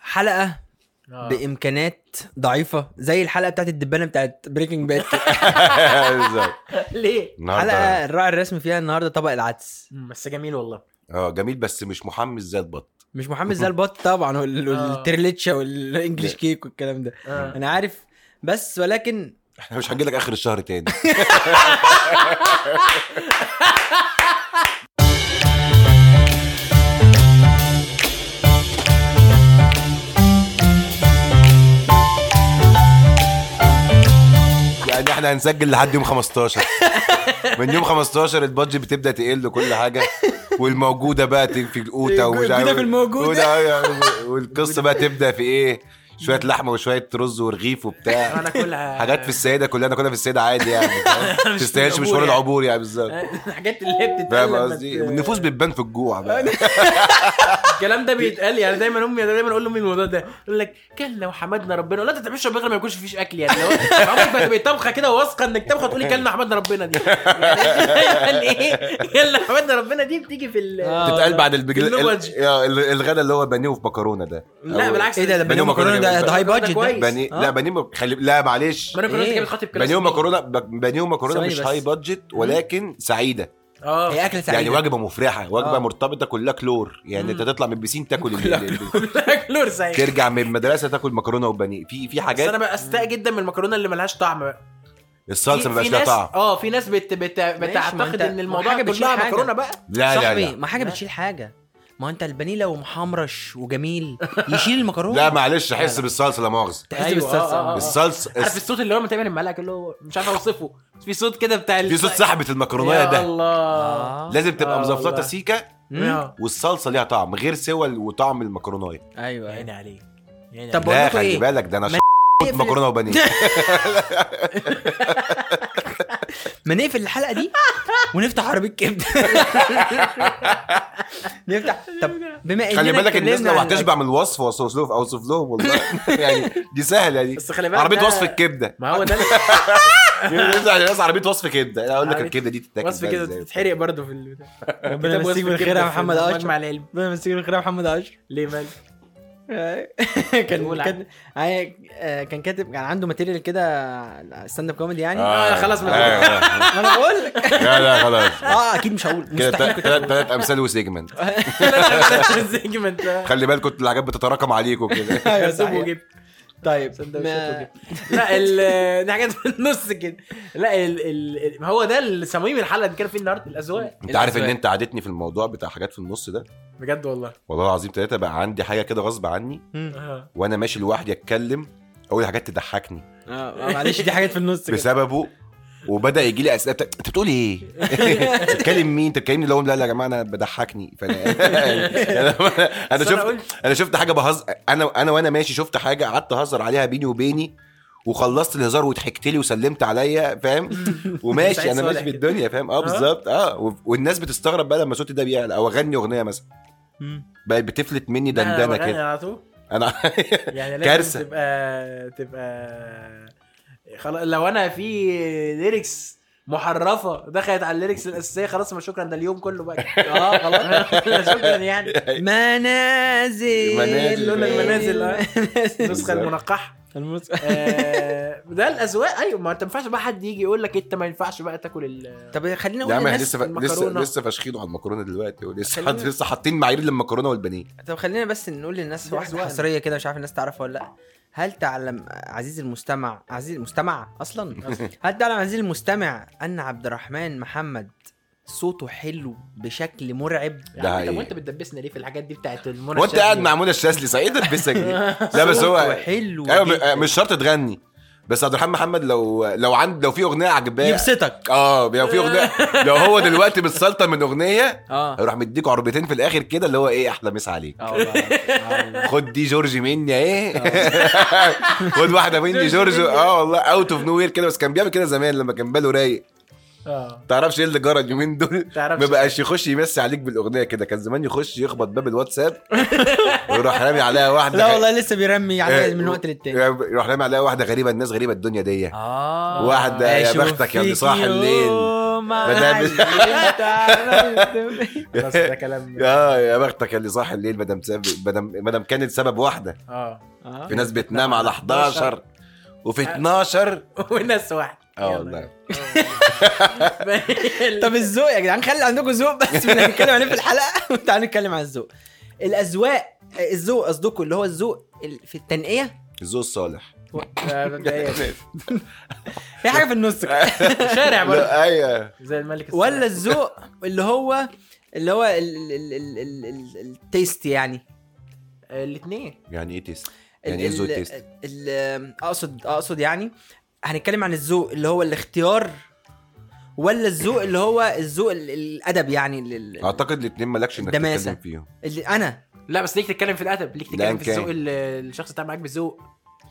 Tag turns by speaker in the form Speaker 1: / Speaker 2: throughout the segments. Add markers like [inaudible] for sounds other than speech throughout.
Speaker 1: حلقه
Speaker 2: آه.
Speaker 1: بامكانات ضعيفه زي الحلقه بتاعت الدبانه بتاعت بريكنج باد
Speaker 3: [laughs] بالظبط.
Speaker 2: [laughs] ليه؟
Speaker 1: حلقه
Speaker 3: [laughs] النهارده
Speaker 1: الراعي الرسمي فيها النهارده طبق العدس
Speaker 2: مم، بس جميل والله
Speaker 3: اه جميل بس مش محمس زي البط
Speaker 1: مش محمد
Speaker 3: [laughs]
Speaker 1: زي البط طبعا وال-
Speaker 2: آه.
Speaker 1: والترليتشا والانجليش
Speaker 3: لا.
Speaker 1: كيك والكلام ده
Speaker 2: آه.
Speaker 1: انا عارف بس ولكن
Speaker 3: احنا مش هنجي لك اخر
Speaker 1: [laughs]
Speaker 3: الشهر تاني يعني احنا هنسجل لحد
Speaker 1: [laughs]
Speaker 3: يوم 15 من يوم 15 البادجت بتبدا تقل كل حاجه والموجوده بقى ت- في القوته ومش
Speaker 1: الجودة
Speaker 3: عارف-
Speaker 1: في الموجودة.
Speaker 3: قوتة، أيوة. والقصه بقى تبدا في ايه شويه لحمه وشويه رز
Speaker 2: [laughs]
Speaker 3: ورغيف وبتاع
Speaker 2: انا كلها
Speaker 3: حاجات في السيده كلها ناكلها في السيده عادي يعني
Speaker 2: [laughs]
Speaker 3: فاهم؟
Speaker 2: مش من
Speaker 3: تستاهلش
Speaker 2: العبور
Speaker 3: مشوار
Speaker 2: يعني.
Speaker 3: العبور يعني بالظبط
Speaker 2: [laughs] الحاجات اللي هي بتتقال
Speaker 3: فاهم
Speaker 2: لما
Speaker 3: قصدي
Speaker 2: ت- آه،
Speaker 3: والنفوس بتبان في الجوع بقى
Speaker 2: الكلام ده بيتقال يعني دايما امي أنا دايما اقول لامي الموضوع ده يقول لك كلنا وحمدنا ربنا لا انت تعملش ربنا غير ما يكونش فيش اكل يعني لو عمرك ما تبقى طبخه كده واثقه انك طبخه تقولي كلنا وحمدنا ربنا دي يعني [laughs] ايه يلا وحمدنا ربنا دي بتيجي في ال
Speaker 1: آه.
Speaker 3: بتتقال بعد البجل... ال...
Speaker 2: اللغج.
Speaker 3: يا، ال- الغدا اللي هو بانيه في مكرونه ده
Speaker 2: لا
Speaker 3: أو-
Speaker 2: بالعكس
Speaker 1: ايه ده لما
Speaker 3: بانيه
Speaker 1: بنيو مكرونه
Speaker 3: ومكرونة
Speaker 1: ده ده هاي
Speaker 2: جميل.
Speaker 1: بادجت
Speaker 2: كويس.
Speaker 1: ده
Speaker 3: بانيه
Speaker 1: آه.
Speaker 3: لا بانيه م- خلي لا معلش
Speaker 2: ما انا كنت
Speaker 1: إيه؟
Speaker 2: كده خاطب
Speaker 3: بانيه ومكرونه ب- بانيه ومكرونه
Speaker 1: ثواني
Speaker 3: مش
Speaker 1: بس.
Speaker 3: هاي بادجت ولكن سعيده
Speaker 2: اه [laughs]
Speaker 1: هي اكله سعيده
Speaker 3: يعني وجبه مفرحه وجبه
Speaker 1: آه.
Speaker 3: مرتبطه كلها كلور يعني انت تطلع من
Speaker 2: [laughs]
Speaker 3: البسين تاكل ال- ال-
Speaker 2: كلور سعيد
Speaker 3: ترجع من المدرسه تاكل مكرونه وبانيه في في
Speaker 2: بس انا
Speaker 3: حاجات
Speaker 2: بقى استاء جدا من المكرونه اللي ملهاش طعم بقى
Speaker 3: الصلصه
Speaker 2: في-
Speaker 3: ما بقاش
Speaker 2: في
Speaker 3: لها
Speaker 2: ناس-
Speaker 3: طعم
Speaker 2: اه في ناس بت... بت...
Speaker 1: ما أنت-
Speaker 2: بتعتقد ان
Speaker 1: ما
Speaker 2: الموضوع
Speaker 1: حاجة بتشيل
Speaker 2: كلها
Speaker 1: حاجة.
Speaker 2: مكرونه بقى
Speaker 3: لا لا
Speaker 1: صاحبي
Speaker 3: لا
Speaker 1: ما حاجه
Speaker 2: لا.
Speaker 1: بتشيل حاجه ما هو انت البانيه لو محمرش وجميل يشيل المكرونه
Speaker 3: لا معلش احس
Speaker 1: لا.
Speaker 3: بالصلصه لا مؤاخذه
Speaker 1: تحس
Speaker 2: أيوة،
Speaker 1: بالصلصه
Speaker 2: آه، آه، آه.
Speaker 3: الصلصه
Speaker 2: عارف الصوت اللي هو لما تعمل المعلقه اللي هو مش عارف اوصفه في صوت كده بتاع
Speaker 3: في صوت سحبه المكرونه
Speaker 2: يا
Speaker 3: ده
Speaker 2: الله
Speaker 1: آه.
Speaker 3: لازم
Speaker 2: آه
Speaker 3: تبقى مزفلطه
Speaker 2: والله.
Speaker 3: سيكه
Speaker 1: مم.
Speaker 2: آه.
Speaker 3: والصلصه ليها طعم غير سوى وطعم المكرونه
Speaker 1: ايوه
Speaker 2: يا
Speaker 1: أيوة.
Speaker 2: عيني عليك يا عيني
Speaker 1: طب
Speaker 2: عليك.
Speaker 1: بقول
Speaker 3: لا
Speaker 1: لكم
Speaker 3: خلي
Speaker 1: إيه؟
Speaker 3: بالك ده انا
Speaker 1: ما
Speaker 3: شفت
Speaker 2: [laughs]
Speaker 3: مكرونه وبانيه
Speaker 1: ما نقفل الحلقه دي ونفتح عربيه كبده نفتح طب بما اننا
Speaker 3: خلي بالك الناس
Speaker 1: اتكلمنا
Speaker 3: لو
Speaker 1: عن
Speaker 3: هتشبع من الوصف اوصف لهم اوصف لهم
Speaker 2: [laughs]
Speaker 3: والله [laughs] يعني دي سهله دي
Speaker 2: بس خلي بالك
Speaker 3: عربيه
Speaker 2: ده- [laughs]
Speaker 3: وصف الكبده
Speaker 2: ما
Speaker 3: [laughs]
Speaker 2: هو ده
Speaker 3: يفتح الناس عربيه وصف كبده انا اقول لك
Speaker 2: عربية
Speaker 3: الكبده دي تتاكل
Speaker 2: وصف
Speaker 3: بقى
Speaker 2: كده
Speaker 3: إزاي.
Speaker 2: تتحرق برضه في
Speaker 3: [laughs]
Speaker 2: ال-
Speaker 1: ربنا
Speaker 2: كتاب وصف
Speaker 1: يمسيك بالخير
Speaker 2: الكبدة
Speaker 1: يا
Speaker 2: في
Speaker 1: محمد أيوة،
Speaker 2: مجمع
Speaker 1: اشرف
Speaker 2: العلم
Speaker 1: ربنا يمسيك بالخير يا محمد اشرف
Speaker 2: ليه مال
Speaker 1: كان
Speaker 2: قول
Speaker 1: [laughs] كان آه، كان كاتب كان عنده ماتيريال كده ستاند اب كوميدي يعني [laughs]
Speaker 3: آه،
Speaker 2: آه، خلاص ما
Speaker 3: أيوة، أيوة.
Speaker 1: انا بقول لك
Speaker 3: لا لا خلاص
Speaker 1: اه اكيد مش هقول
Speaker 3: كده
Speaker 1: مستحيل كنت هقول.
Speaker 3: ثلاث امثال وسيجمنت
Speaker 1: [laughs]
Speaker 2: [laughs] زي ما انت
Speaker 3: خلي بالكم الحاجات بتتراكم عليكم
Speaker 1: [laughs]
Speaker 3: كده
Speaker 1: أيوة،
Speaker 2: سوب
Speaker 1: صحيح.
Speaker 2: وجبت
Speaker 1: طيب
Speaker 2: سندوتشات
Speaker 1: ما-
Speaker 2: وجبت. لا ال- [laughs] دي حاجات في النص كده لا ال... ال... ال- هو ده اللي صميم الحلقه اللي كان فيه النهارده الاذواق
Speaker 3: انت عارف ان
Speaker 1: الأسواق.
Speaker 3: انت عادتني في الموضوع بتاع حاجات في النص ده
Speaker 2: بجد والله
Speaker 3: والله العظيم ثلاثه بقى عندي حاجه كده غصب عني
Speaker 1: مم.
Speaker 2: آه.
Speaker 3: وانا ماشي لوحدي اتكلم اقول حاجات تضحكني
Speaker 1: آه، آه، معلش دي حاجات في النص كده
Speaker 3: بسببه وبدا يجي لي اسئله بتا... انت بتقول
Speaker 2: [laughs]
Speaker 3: ايه؟ أنت بتتكلم مين؟ انت بتكلمني لهم لا لا يا جماعه انا بضحكني
Speaker 2: [laughs]
Speaker 3: فانا انا, أنا
Speaker 2: بس أنا
Speaker 3: شفت
Speaker 2: قلت-
Speaker 3: انا شفت حاجه بهزر انا انا وانا ماشي شفت حاجه قعدت اهزر عليها بيني وبيني وخلصت الهزار وضحكت لي وسلمت عليا
Speaker 2: [laughs]
Speaker 3: فاهم وماشي
Speaker 2: سعيد
Speaker 3: انا ماشي
Speaker 2: صالح كده.
Speaker 3: بالدنيا فاهم اه
Speaker 2: آه.
Speaker 3: بالظبط اه و- والناس بتستغرب بقى لما صوتي ده بيعلى او اغني اغنيه مثلا
Speaker 1: مم.
Speaker 3: بقت بتفلت مني
Speaker 2: لا، أنا
Speaker 3: دندنه
Speaker 2: بغني
Speaker 3: كده
Speaker 2: على طول
Speaker 3: انا [laughs]
Speaker 2: [laughs] يعني لازم
Speaker 3: كارثة.
Speaker 2: تبقى تبقى خلاص لو انا في ليركس محرفه دخلت على الليركس الاساسيه خلاص ما شكرا ده اليوم كله
Speaker 3: [laughs]
Speaker 2: بقى
Speaker 3: آه،
Speaker 2: اه خلاص [laughs] لا شكرا يعني
Speaker 1: منازل
Speaker 3: منازل.
Speaker 2: لون المنازل، آه.
Speaker 1: [laughs]
Speaker 2: النسخه
Speaker 3: بالظبط.
Speaker 2: المنقحه
Speaker 1: المس...
Speaker 2: آه، ده الاذواق ايوه ما انت ما ينفعش بقى حد يجي يقول لك انت ما ينفعش بقى تاكل ال
Speaker 1: طب خلينا
Speaker 3: يا
Speaker 1: نقول
Speaker 3: عم احنا
Speaker 1: للناس
Speaker 3: لسه لسه
Speaker 2: المكرونة.
Speaker 3: لسه فاشخينه على المكرونه دلوقتي ولسه
Speaker 1: خلينا-
Speaker 3: لسه حاطين معايير للمكرونه والبانيه
Speaker 1: طب خلينا بس نقول للناس
Speaker 2: دي
Speaker 1: واحده
Speaker 2: أذواق.
Speaker 1: حصريه كده مش عارف الناس تعرفها ولا لا هل تعلم عزيز المستمع عزيز المستمع اصلا [laughs] هل تعلم عزيز المستمع ان عبد الرحمن محمد صوته حلو بشكل مرعب
Speaker 3: ده
Speaker 2: يعني طب
Speaker 3: حقيقي.
Speaker 2: وانت بتدبسنا ليه في الحاجات دي بتاعت المنى
Speaker 3: وانت
Speaker 2: الشاذلي؟
Speaker 3: قاعد مع منى الشاذلي صح ايه ده البسك دي لا بس هو
Speaker 1: صوته حلو
Speaker 3: ايوه
Speaker 1: جداً.
Speaker 3: م- مش شرط تغني بس عبد الرحمن محمد لو لو عند لو في اغنيه عجباه
Speaker 1: يبسطك
Speaker 3: اه لو في اغنيه لو هو دلوقتي متسلطن من اغنيه
Speaker 2: آه.
Speaker 1: اه
Speaker 3: هيروح مديك عربيتين في الاخر كده اللي هو ايه احلى مسا عليك
Speaker 1: آه والله. آه والله.
Speaker 3: خد دي جورج مني ايه [laughs] خد واحده مني جورج اه والله اوت اوف نو وير كده بس كان بيعمل كده زمان لما كان باله رايق
Speaker 2: اه
Speaker 3: تعرفش ايه اللي جرى اليومين دول
Speaker 2: تعرفش.
Speaker 3: ما بقاش
Speaker 1: إيه.
Speaker 3: يخش يمسي عليك بالاغنيه كده كان زمان يخش يخبط باب الواتساب [laughs] ويروح رامي عليها واحده
Speaker 1: لا والله لسه بيرمي
Speaker 3: آه،
Speaker 1: عليا من وقت للتاني
Speaker 3: يروح رامي عليها واحده غريبه الناس غريبه الدنيا دي
Speaker 1: اه
Speaker 3: واحدة يا بختك يا اللي صاح الليل.
Speaker 1: ما
Speaker 3: بدأ
Speaker 1: أنا
Speaker 3: بس- [laughs]
Speaker 1: علمت عملت-
Speaker 2: بس ده كلام
Speaker 3: يا آه، يا بختك اللي صاح الليل مدام سبب مدام مدام كانت سبب واحده
Speaker 2: اه
Speaker 1: [laughs] آه.
Speaker 3: في ناس بتنام على 11 وفي 12
Speaker 2: والناس واحد
Speaker 3: اه
Speaker 2: يلا. [laughs]
Speaker 3: والله
Speaker 1: طب الذوق يا جدعان خلي عندكم ذوق بس احنا هنتكلم عليه في [laughs] الحلقه تعالوا نتكلم عن الذوق الاذواق الذوق قصدكم اللي هو الذوق ال- في التنقيه
Speaker 3: الذوق الصالح
Speaker 2: ده-
Speaker 3: [laughs]
Speaker 2: ده- ده-
Speaker 1: في حاجه في النص كده.
Speaker 2: شارع برضه
Speaker 3: لا، ايوه
Speaker 2: زي الملك الصالح.
Speaker 1: ولا الذوق اللي هو اللي هو ال- ال- ال- ال- ال- التيست يعني
Speaker 2: الاثنين
Speaker 3: يعني ايه تيست؟
Speaker 1: ال-
Speaker 3: يعني ايه الذوق
Speaker 1: ال-
Speaker 3: تيست؟
Speaker 1: ال- اقصد اقصد يعني هنتكلم عن الذوق اللي هو الاختيار ولا الذوق اللي هو الذوق ال- الادب يعني ال- ال-
Speaker 3: اعتقد الاثنين مالكش انك
Speaker 1: الدماسة.
Speaker 3: تتكلم فيهم
Speaker 1: اللي انا
Speaker 2: لا بس ليك تتكلم في الادب ليك
Speaker 3: لا
Speaker 2: تتكلم في
Speaker 3: إمكان.
Speaker 2: الذوق ال- الشخص بتاع معاك بالذوق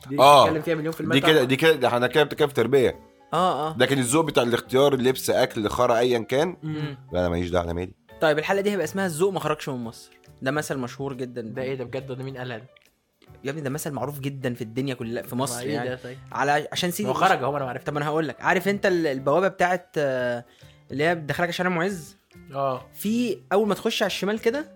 Speaker 2: دي
Speaker 3: آه.
Speaker 2: تتكلم فيها مليون في المية
Speaker 3: دي كده
Speaker 2: طبعاً.
Speaker 3: دي كده احنا كده بنتكلم في تربيه
Speaker 1: اه اه
Speaker 3: لكن الذوق بتاع الاختيار لبس اكل خرا ايا كان
Speaker 1: مم.
Speaker 3: لا انا ماليش دعوه انا مالي
Speaker 1: طيب الحلقه دي هيبقى اسمها الذوق ما خرجش من مصر ده مثل مشهور جدا
Speaker 2: ده ايه ده بجد ده مين قالها ده؟
Speaker 1: يا ابني ده مثل معروف جدا في الدنيا كلها في
Speaker 2: ما
Speaker 1: مصر
Speaker 2: ايه
Speaker 1: يعني
Speaker 2: ده طيب
Speaker 1: على عشان سيدي
Speaker 2: هو خرج اهو انا ما عرفت
Speaker 1: طب انا هقول لك عارف انت ال- البوابه بتاعت آه، اللي هي بتدخلك شارع معز آه.
Speaker 2: اه
Speaker 1: في اول ما تخش على الشمال كده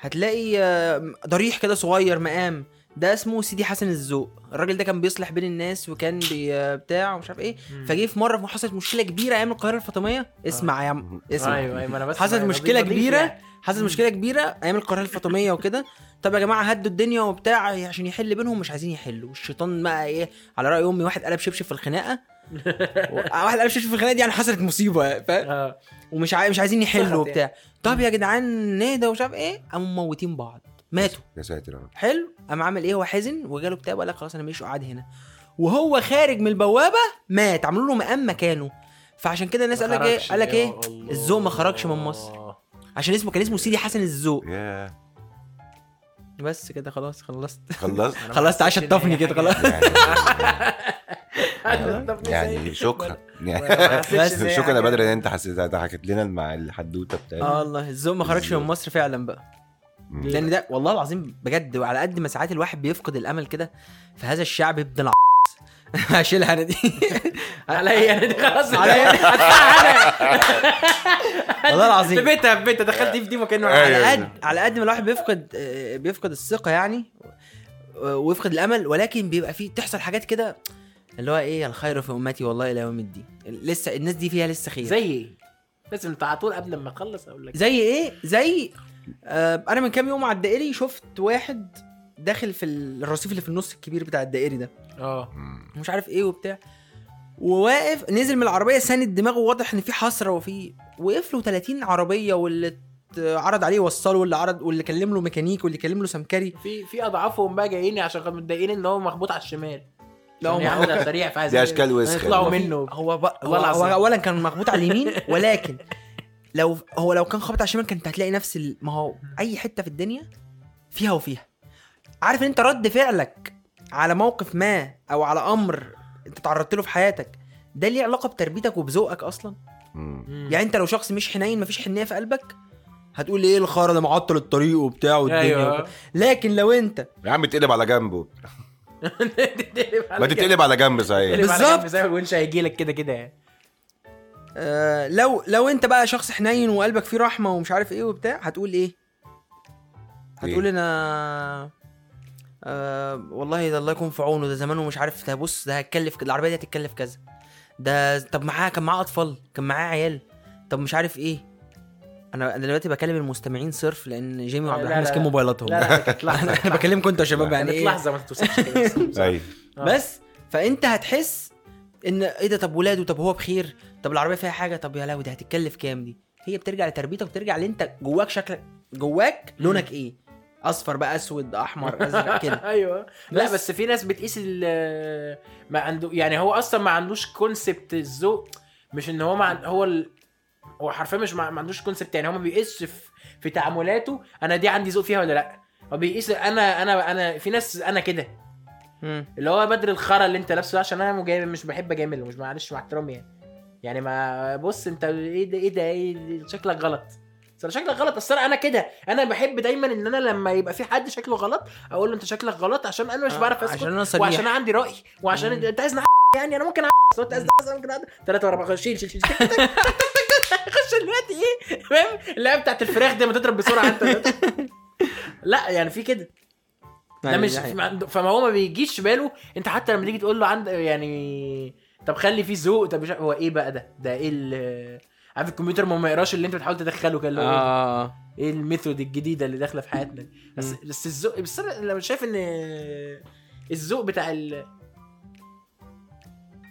Speaker 1: هتلاقي آه، ضريح كده صغير مقام ده اسمه سيدي حسن الذوق الراجل ده كان بيصلح بين الناس وكان بي آه، بتاع ومش عارف ايه فجه في مره حصلت مشكله كبيره ايام القاهره الفاطميه اسمع يا عم اسمع
Speaker 2: ايوه ايوه ما انا بس
Speaker 1: حصلت
Speaker 2: أنا
Speaker 1: مشكله
Speaker 2: بضيف
Speaker 1: كبيره
Speaker 2: يعني.
Speaker 1: حصلت
Speaker 2: مم.
Speaker 1: مشكله كبيره ايام القاهره الفاطميه وكده طب يا جماعه هدوا الدنيا وبتاع إيه، عشان يحل بينهم مش عايزين يحلوا والشيطان بقى ايه على راي امي واحد قلب شبشب في الخناقه و- واحد قلب شبشب في الخناقه دي يعني حصلت مصيبه فاهم
Speaker 2: اه
Speaker 1: ومش عاي... مش عايزين
Speaker 2: صحت
Speaker 1: يحلوا وبتاع طب يا جدعان نهدى ومش عارف ايه قاموا موتين بعض ماتوا
Speaker 3: يا ساتر يا رب
Speaker 1: حلو قام عامل ايه هو حزن وجاله كتاب وقال لك خلاص انا مش قاعد هنا وهو خارج من البوابه مات عملوا له مقام مكانه فعشان كده الناس قال لك ايه قال لك ايه
Speaker 2: أيوه.
Speaker 1: الذوق ما خرجش من مصر
Speaker 2: [laughs]
Speaker 1: عشان اسمه كان اسمه سيدي حسن الذوق
Speaker 3: يا
Speaker 1: بس كده خلاص خلصت [laughs]
Speaker 3: خلصت
Speaker 1: خلصت عشان طفني كده خلاص
Speaker 3: يعني, يعني شكرا
Speaker 1: [laughs]
Speaker 3: يعني
Speaker 1: بس
Speaker 3: [laughs] شكرا يا بدر ان انت حسيت ضحكت لنا مع الحدوته
Speaker 1: اه
Speaker 3: بتاعتك
Speaker 1: والله الذوق ما خرجش من
Speaker 3: الذوق.
Speaker 1: مصر فعلا بقى
Speaker 3: مم.
Speaker 1: لان ده والله العظيم بجد وعلى قد ما ساعات الواحد بيفقد الامل كده فهذا الشعب ابن الع [laughs] هشيلها
Speaker 3: [laughs]
Speaker 1: انا دي
Speaker 2: عليا انا دي خلاص
Speaker 1: [laughs] عليا أنا.
Speaker 2: [laughs]
Speaker 1: والله العظيم
Speaker 2: بيتها بيتها دخلت دي في دي وكانه
Speaker 3: أيوة.
Speaker 2: على
Speaker 1: على قد على قد ما الواحد بيفقد آه، بيفقد الثقه يعني آه، ويفقد الامل ولكن بيبقى فيه تحصل حاجات كده اللي هو ايه الخير في امتي والله الى يوم الدين لسه الناس دي فيها لسه خير
Speaker 2: زي ايه؟ لازم انت على طول قبل ما اخلص اقول لك
Speaker 1: زي ايه زي آه انا من كام يوم على الدائري شفت واحد داخل في الرصيف اللي في النص الكبير بتاع الدائري ده آه.
Speaker 2: اه
Speaker 3: مم.
Speaker 1: مش عارف ايه وبتاع وواقف نزل من العربيه ساند دماغه واضح ان في حسره وفي وقف له 30 عربيه واللي عرض عليه وصله واللي عرض واللي كلم له ميكانيك واللي كلم له سمكري
Speaker 2: في في اضعافهم بقى جايين عشان كانوا متضايقين ان هو مخبوط على الشمال
Speaker 1: لا، هم-
Speaker 2: يا عم ده سريع فعايز
Speaker 3: دي اشكال وسخه
Speaker 2: يطلعوا
Speaker 3: دي.
Speaker 2: منه
Speaker 1: هو بقى هو,
Speaker 2: والله
Speaker 1: هو
Speaker 2: العظيم.
Speaker 1: اولا كان مخبوط على اليمين ولكن لو هو لو كان خبط على الشمال كنت هتلاقي نفس ال- ما هو اي حته في الدنيا فيها وفيها عارف ان انت رد فعلك على موقف ما او على امر انت تعرضت له في حياتك ده ليه علاقه بتربيتك وبذوقك اصلا
Speaker 3: مم.
Speaker 1: يعني انت لو شخص مش حنين مفيش حنيه في قلبك هتقول ايه الخرا ده معطل الطريق وبتاع والدنيا وبتاع.
Speaker 2: ايوه
Speaker 1: لكن لو انت
Speaker 3: يا عم تقلب على جنبه
Speaker 2: [laughs]
Speaker 3: ما تتقلب على جنب صحيح
Speaker 1: بالظبط.
Speaker 2: بالظبط زي ما الونش هيجي لك كده كده يعني
Speaker 1: آه لو لو انت بقى شخص حنين وقلبك فيه رحمه ومش عارف ايه وبتاع هتقول ايه؟ هتقول
Speaker 3: إيه؟
Speaker 1: انا آه والله ده الله يكون في عونه ده زمانه مش عارف ده بص ده هتكلف كده العربيه دي هتتكلف كذا ده طب معاه كان معاه اطفال كان معاه عيال طب مش عارف ايه انا انا دلوقتي بكلم المستمعين صرف لان جيمي وعبد
Speaker 2: آه، لا،
Speaker 1: الرحمن
Speaker 2: لا،
Speaker 1: ماسكين
Speaker 2: لا.
Speaker 1: موبايلاتهم [laughs]
Speaker 2: لا لا كانت لحظه
Speaker 1: انا بكلمكم انتوا يا شباب يعني
Speaker 2: كانت
Speaker 1: ايه
Speaker 2: لحظه ما تتوصفش كده بس.
Speaker 3: ايوه
Speaker 2: آه.
Speaker 1: بس فانت هتحس ان ايه ده طب ولاده طب هو بخير طب العربيه فيها حاجه طب يا لهوي دي هتتكلف كام دي هي بترجع لتربيتك بترجع اللي انت جواك شكلك جواك
Speaker 2: مم.
Speaker 1: لونك ايه اصفر بقى اسود [laughs] احمر ازرق كده
Speaker 2: [laughs] ايوه لا
Speaker 1: بس.
Speaker 2: بس في ناس بتقيس ال- ما عنده يعني هو اصلا ما عندوش كونسبت الذوق مش ان هو ما عن- هو ال... هو حرفيا مش ما ما عندوش كونسبت يعني هو ما بيقيسش في, في تعاملاته انا دي عندي ذوق فيها ولا لا هو بيقيس انا انا انا في ناس انا كده
Speaker 1: مم.
Speaker 2: اللي هو بدر الخرا اللي انت لابسه ده عشان انا مجامل مش بحب اجامل ومش معلش مع احترامي يعني يعني ما بص انت ايه ده ايه ده ايه ده؟ شكلك غلط اصل شكلك غلط اصل انا كده انا بحب دايما ان انا لما يبقى في حد شكله غلط اقول له انت شكلك غلط عشان انا مش
Speaker 1: آه،
Speaker 2: بعرف اسكت
Speaker 1: عشان انا صريح.
Speaker 2: وعشان انا عندي راي وعشان
Speaker 1: مم.
Speaker 2: انت عايز نع- يعني انا ممكن أع- لو انت عايز نع- انا ممكن ثلاثة ورا بعض شيل شيل شيل تك، تك، تك، تك، تك، خش دلوقتي ايه فاهم اللعبه بتاعت الفراخ دي ما تضرب بسرعه انت
Speaker 1: [laughs]
Speaker 2: لا يعني في كده ده
Speaker 1: يعني
Speaker 2: مش ما- فما هو ما بيجيش باله انت حتى لما تيجي تقول له عند يعني طب خلي فيه ذوق طب مش عارف- هو ايه بقى ده ده ايه ال عارف الكمبيوتر ما ما يقراش اللي انت بتحاول تدخله كده اللي هو ايه
Speaker 1: اه
Speaker 3: آه.
Speaker 2: ايه الميثود الجديده اللي داخله في حياتنا بس بس الذوق بس انا لو شايف ان الذوق بتاع ال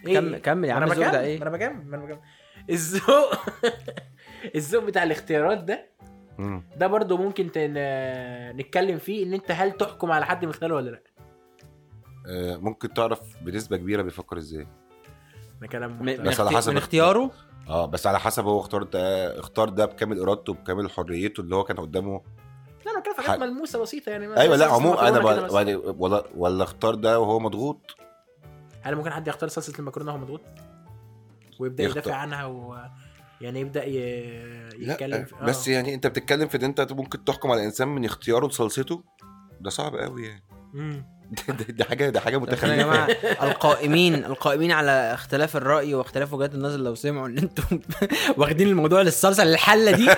Speaker 2: إيه؟
Speaker 1: كمل كمل يا
Speaker 2: ما
Speaker 1: عم
Speaker 2: انا
Speaker 1: الزوج
Speaker 2: بكمل
Speaker 1: ده
Speaker 2: ما انا
Speaker 1: ايه
Speaker 2: بكمل ما انا بكمل الذوق [laughs] الذوق بتاع الاختيارات ده
Speaker 3: مم.
Speaker 2: ده برضه ممكن تن- نتكلم فيه ان انت هل تحكم على حد من خلاله ولا لا
Speaker 3: آه، ممكن تعرف بنسبه كبيره بيفكر ازاي
Speaker 2: ده يعني كلام
Speaker 1: م- من,
Speaker 2: محترم.
Speaker 3: بس على
Speaker 1: اختي-
Speaker 3: حسب
Speaker 1: من اختياره
Speaker 3: اه بس على حسب هو اختار ده اختار ده بكامل ارادته بكامل حريته اللي هو كان قدامه
Speaker 2: لا انا بتكلم في
Speaker 3: حق.
Speaker 2: حاجات ملموسه بسيطه يعني مثلا
Speaker 3: ايوه لا
Speaker 2: صلصة
Speaker 3: عموما انا
Speaker 2: مكرونة كده
Speaker 3: ب-
Speaker 2: مثلا.
Speaker 3: ولا, ولا ولا اختار ده وهو مضغوط
Speaker 2: هل ممكن حد يختار صلصه المكرونه وهو مضغوط ويبدا
Speaker 3: يختار.
Speaker 2: يدافع عنها و يعني يبدا ي... يتكلم في- آه.
Speaker 3: بس يعني انت بتتكلم في ان انت ممكن تحكم على انسان من اختياره لصلصته ده صعب قوي يعني
Speaker 2: مم.
Speaker 3: [laughs] ده- ده- دي حاجه دي حاجه
Speaker 1: يا
Speaker 3: متخلفه
Speaker 1: جماعه القائمين القائمين على اختلاف الراي واختلاف وجهات النظر لو سمعوا ان انتم [laughs] واخدين الموضوع للصلصه للحله دي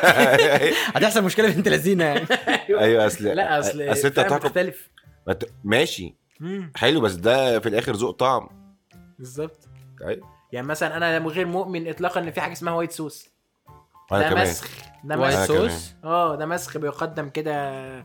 Speaker 1: هتحصل مشكله بنت لذينه يعني
Speaker 3: ايوه اصل
Speaker 2: لا اصل
Speaker 3: اصل انت
Speaker 2: فاهم
Speaker 3: تحكم
Speaker 2: مختلف
Speaker 3: [laughs] ما ت- ماشي
Speaker 2: مم.
Speaker 3: حلو بس ده في الاخر ذوق طعم
Speaker 2: بالظبط
Speaker 3: ايوه
Speaker 2: يعني مثلا انا غير مؤمن اطلاقا ان في حاجه اسمها وايت سوس
Speaker 3: انا
Speaker 2: ده
Speaker 3: كمان
Speaker 2: مسخ ده
Speaker 1: وايت
Speaker 3: أنا
Speaker 2: مسخ
Speaker 3: كمان.
Speaker 1: صوص
Speaker 2: اه ده مسخ بيقدم كده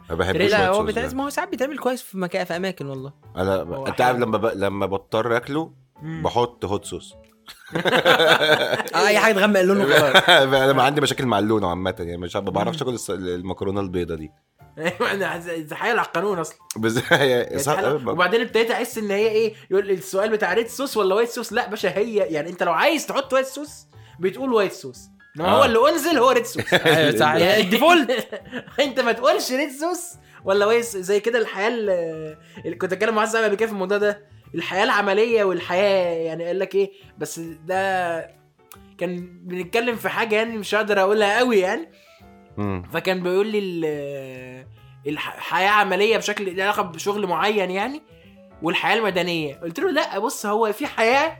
Speaker 3: ما بحبش
Speaker 1: لا
Speaker 3: white
Speaker 1: هو
Speaker 3: sauce
Speaker 1: بيتعمل
Speaker 3: ده.
Speaker 1: ما هو ساعات بيتعمل كويس في مكان في اماكن والله
Speaker 3: انا
Speaker 2: هو
Speaker 3: انت عارف
Speaker 2: أحيانا-
Speaker 3: لما ب... لما بضطر اكله
Speaker 2: مم. [laughs]
Speaker 3: بحط هوت صوص [laughs]
Speaker 1: آه، اي حاجه تغمق لونه
Speaker 2: [laughs]
Speaker 1: خلاص
Speaker 3: انا ما عندي مشاكل مع اللون عامه يعني مش ما بعرفش اكل الس- المكرونه البيضه دي
Speaker 2: انا عايز- عايز احايل على القانون اصلا
Speaker 3: بس [laughs] هي
Speaker 2: بقت
Speaker 3: صعب
Speaker 2: حلقة.
Speaker 3: أوي ما-
Speaker 2: يعني وبعدين ابتديت احس ان هي ايه يقول لي السؤال بتاع ريد صوص ولا وايت صوص لا باشا هي يعني انت لو عايز تحط وايت صوص بتقول وايت صوص انما
Speaker 3: آه.
Speaker 2: هو اللي انزل هو ريد
Speaker 1: [laughs]
Speaker 2: صوص
Speaker 1: ايوه صح
Speaker 2: يعني
Speaker 1: الديفولت
Speaker 2: انت ما تقولش ريد صوص ولا وايت صوص. زي كده الحياه ال- اللي كنت اتكلم مع واحد صاحبي قبل كده في الموضوع ده الحياه العمليه والحياه يعني قال لك ايه بس ده كان بنتكلم في حاجه يعني مش هقدر اقولها قوي يعني
Speaker 3: مم.
Speaker 2: فكان بيقول لي ال- الح- الحياه عمليه بشكل ليه علاقه بشغل معين يعني والحياه المدنيه قلت له لا بص هو في حياه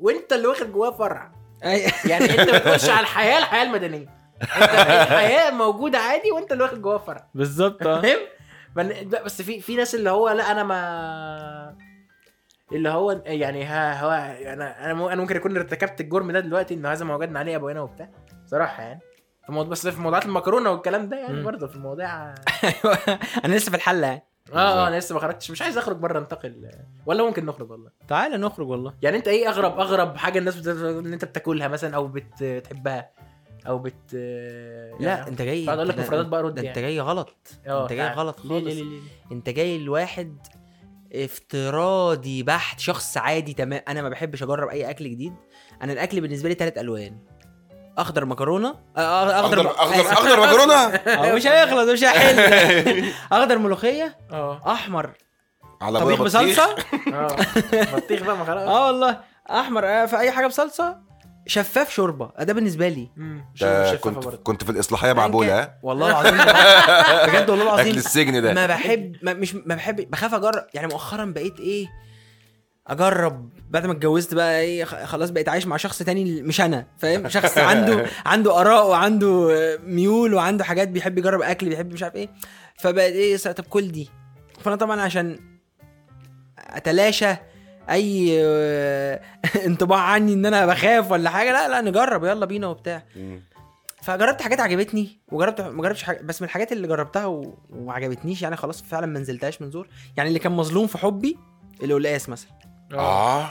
Speaker 2: وانت اللي واخد جواها فرع
Speaker 1: أي-
Speaker 2: يعني انت ما تقولش على الحياه الحياه المدنيه انت الحياه موجوده عادي وانت اللي واخد جواها فرع
Speaker 1: بالظبط آه.
Speaker 2: [laughs] فاهم فن- لا، بس في في ناس اللي هو لا انا ما اللي هو يعني ها هو انا انا مو- انا ممكن اكون ارتكبت الجرم ده دلوقتي انه هذا ما وجدنا عليه ابوينا وبتاع صراحه يعني في موضوع بس في موضوعات المكرونه والكلام ده يعني
Speaker 1: مم.
Speaker 2: برضه في
Speaker 1: [laughs]
Speaker 2: موضوع
Speaker 1: أيوة. انا لسه في الحله يعني
Speaker 2: اه اه انا لسه ما خرجتش مش عايز اخرج بره انتقل ولا ممكن نخرج والله
Speaker 1: تعالى نخرج والله
Speaker 2: يعني انت ايه اغرب اغرب حاجه الناس بتقول ان انت بتاكلها مثلا او بتحبها او بت آه، يعني
Speaker 1: لا انت جاي
Speaker 2: بعد اقول لك
Speaker 1: ده-
Speaker 2: مفردات بقى رد
Speaker 1: ده انت
Speaker 2: يعني
Speaker 1: جاي غلط
Speaker 2: اه،
Speaker 1: انت جاي
Speaker 2: تعال.
Speaker 1: غلط
Speaker 2: ليه ليه
Speaker 1: خالص
Speaker 2: ليه ليه؟
Speaker 1: انت جاي لواحد افتراضي بحت شخص عادي تمام انا ما بحبش اجرب اي اكل جديد انا الاكل بالنسبه لي ثلاث الوان اخضر مكرونه آه، آه،
Speaker 3: اخضر
Speaker 1: اخضر
Speaker 3: اخضر اخضر مكرونه
Speaker 1: آه، مش هيخلص مش هيحل [laughs] اخضر ملوخيه
Speaker 2: اه
Speaker 1: احمر
Speaker 3: على آه،
Speaker 1: طبيخ
Speaker 3: بيضة بطيخ.
Speaker 1: بصلصه [laughs]
Speaker 2: اه بطيخ بقى ما خلاص
Speaker 1: اه والله احمر آه، في اي حاجه بصلصه شفاف شوربه آه، ده بالنسبه لي
Speaker 2: مم، شوربه
Speaker 3: ده
Speaker 2: شفافة
Speaker 3: كنت
Speaker 2: برضه.
Speaker 3: كنت في الاصلاحيه مع بولا ها؟
Speaker 1: والله العظيم بجد والله
Speaker 3: اكل
Speaker 1: العظيم
Speaker 3: السجن ده
Speaker 1: ما بحب ما مش ما بحب بخاف اجرب يعني مؤخرا بقيت ايه اجرب بعد ما اتجوزت بقى ايه خ- خلاص بقيت عايش مع شخص تاني مش انا فاهم شخص عنده عنده اراء وعنده آه، ميول وعنده حاجات بيحب يجرب اكل بيحب مش عارف ايه فبقت ايه س- طب كل دي فانا طبعا عشان اتلاشى اي آه، [laughs] انطباع عني ان انا بخاف ولا حاجه لا لا نجرب يلا بينا وبتاع
Speaker 3: مم.
Speaker 1: فجربت حاجات عجبتني وجربت ما جربتش حاجة بس من الحاجات اللي جربتها و... وما عجبتنيش يعني خلاص فعلا ما نزلتهاش من زور يعني اللي كان مظلوم في حبي القلقاس مثلا
Speaker 2: اه
Speaker 3: اه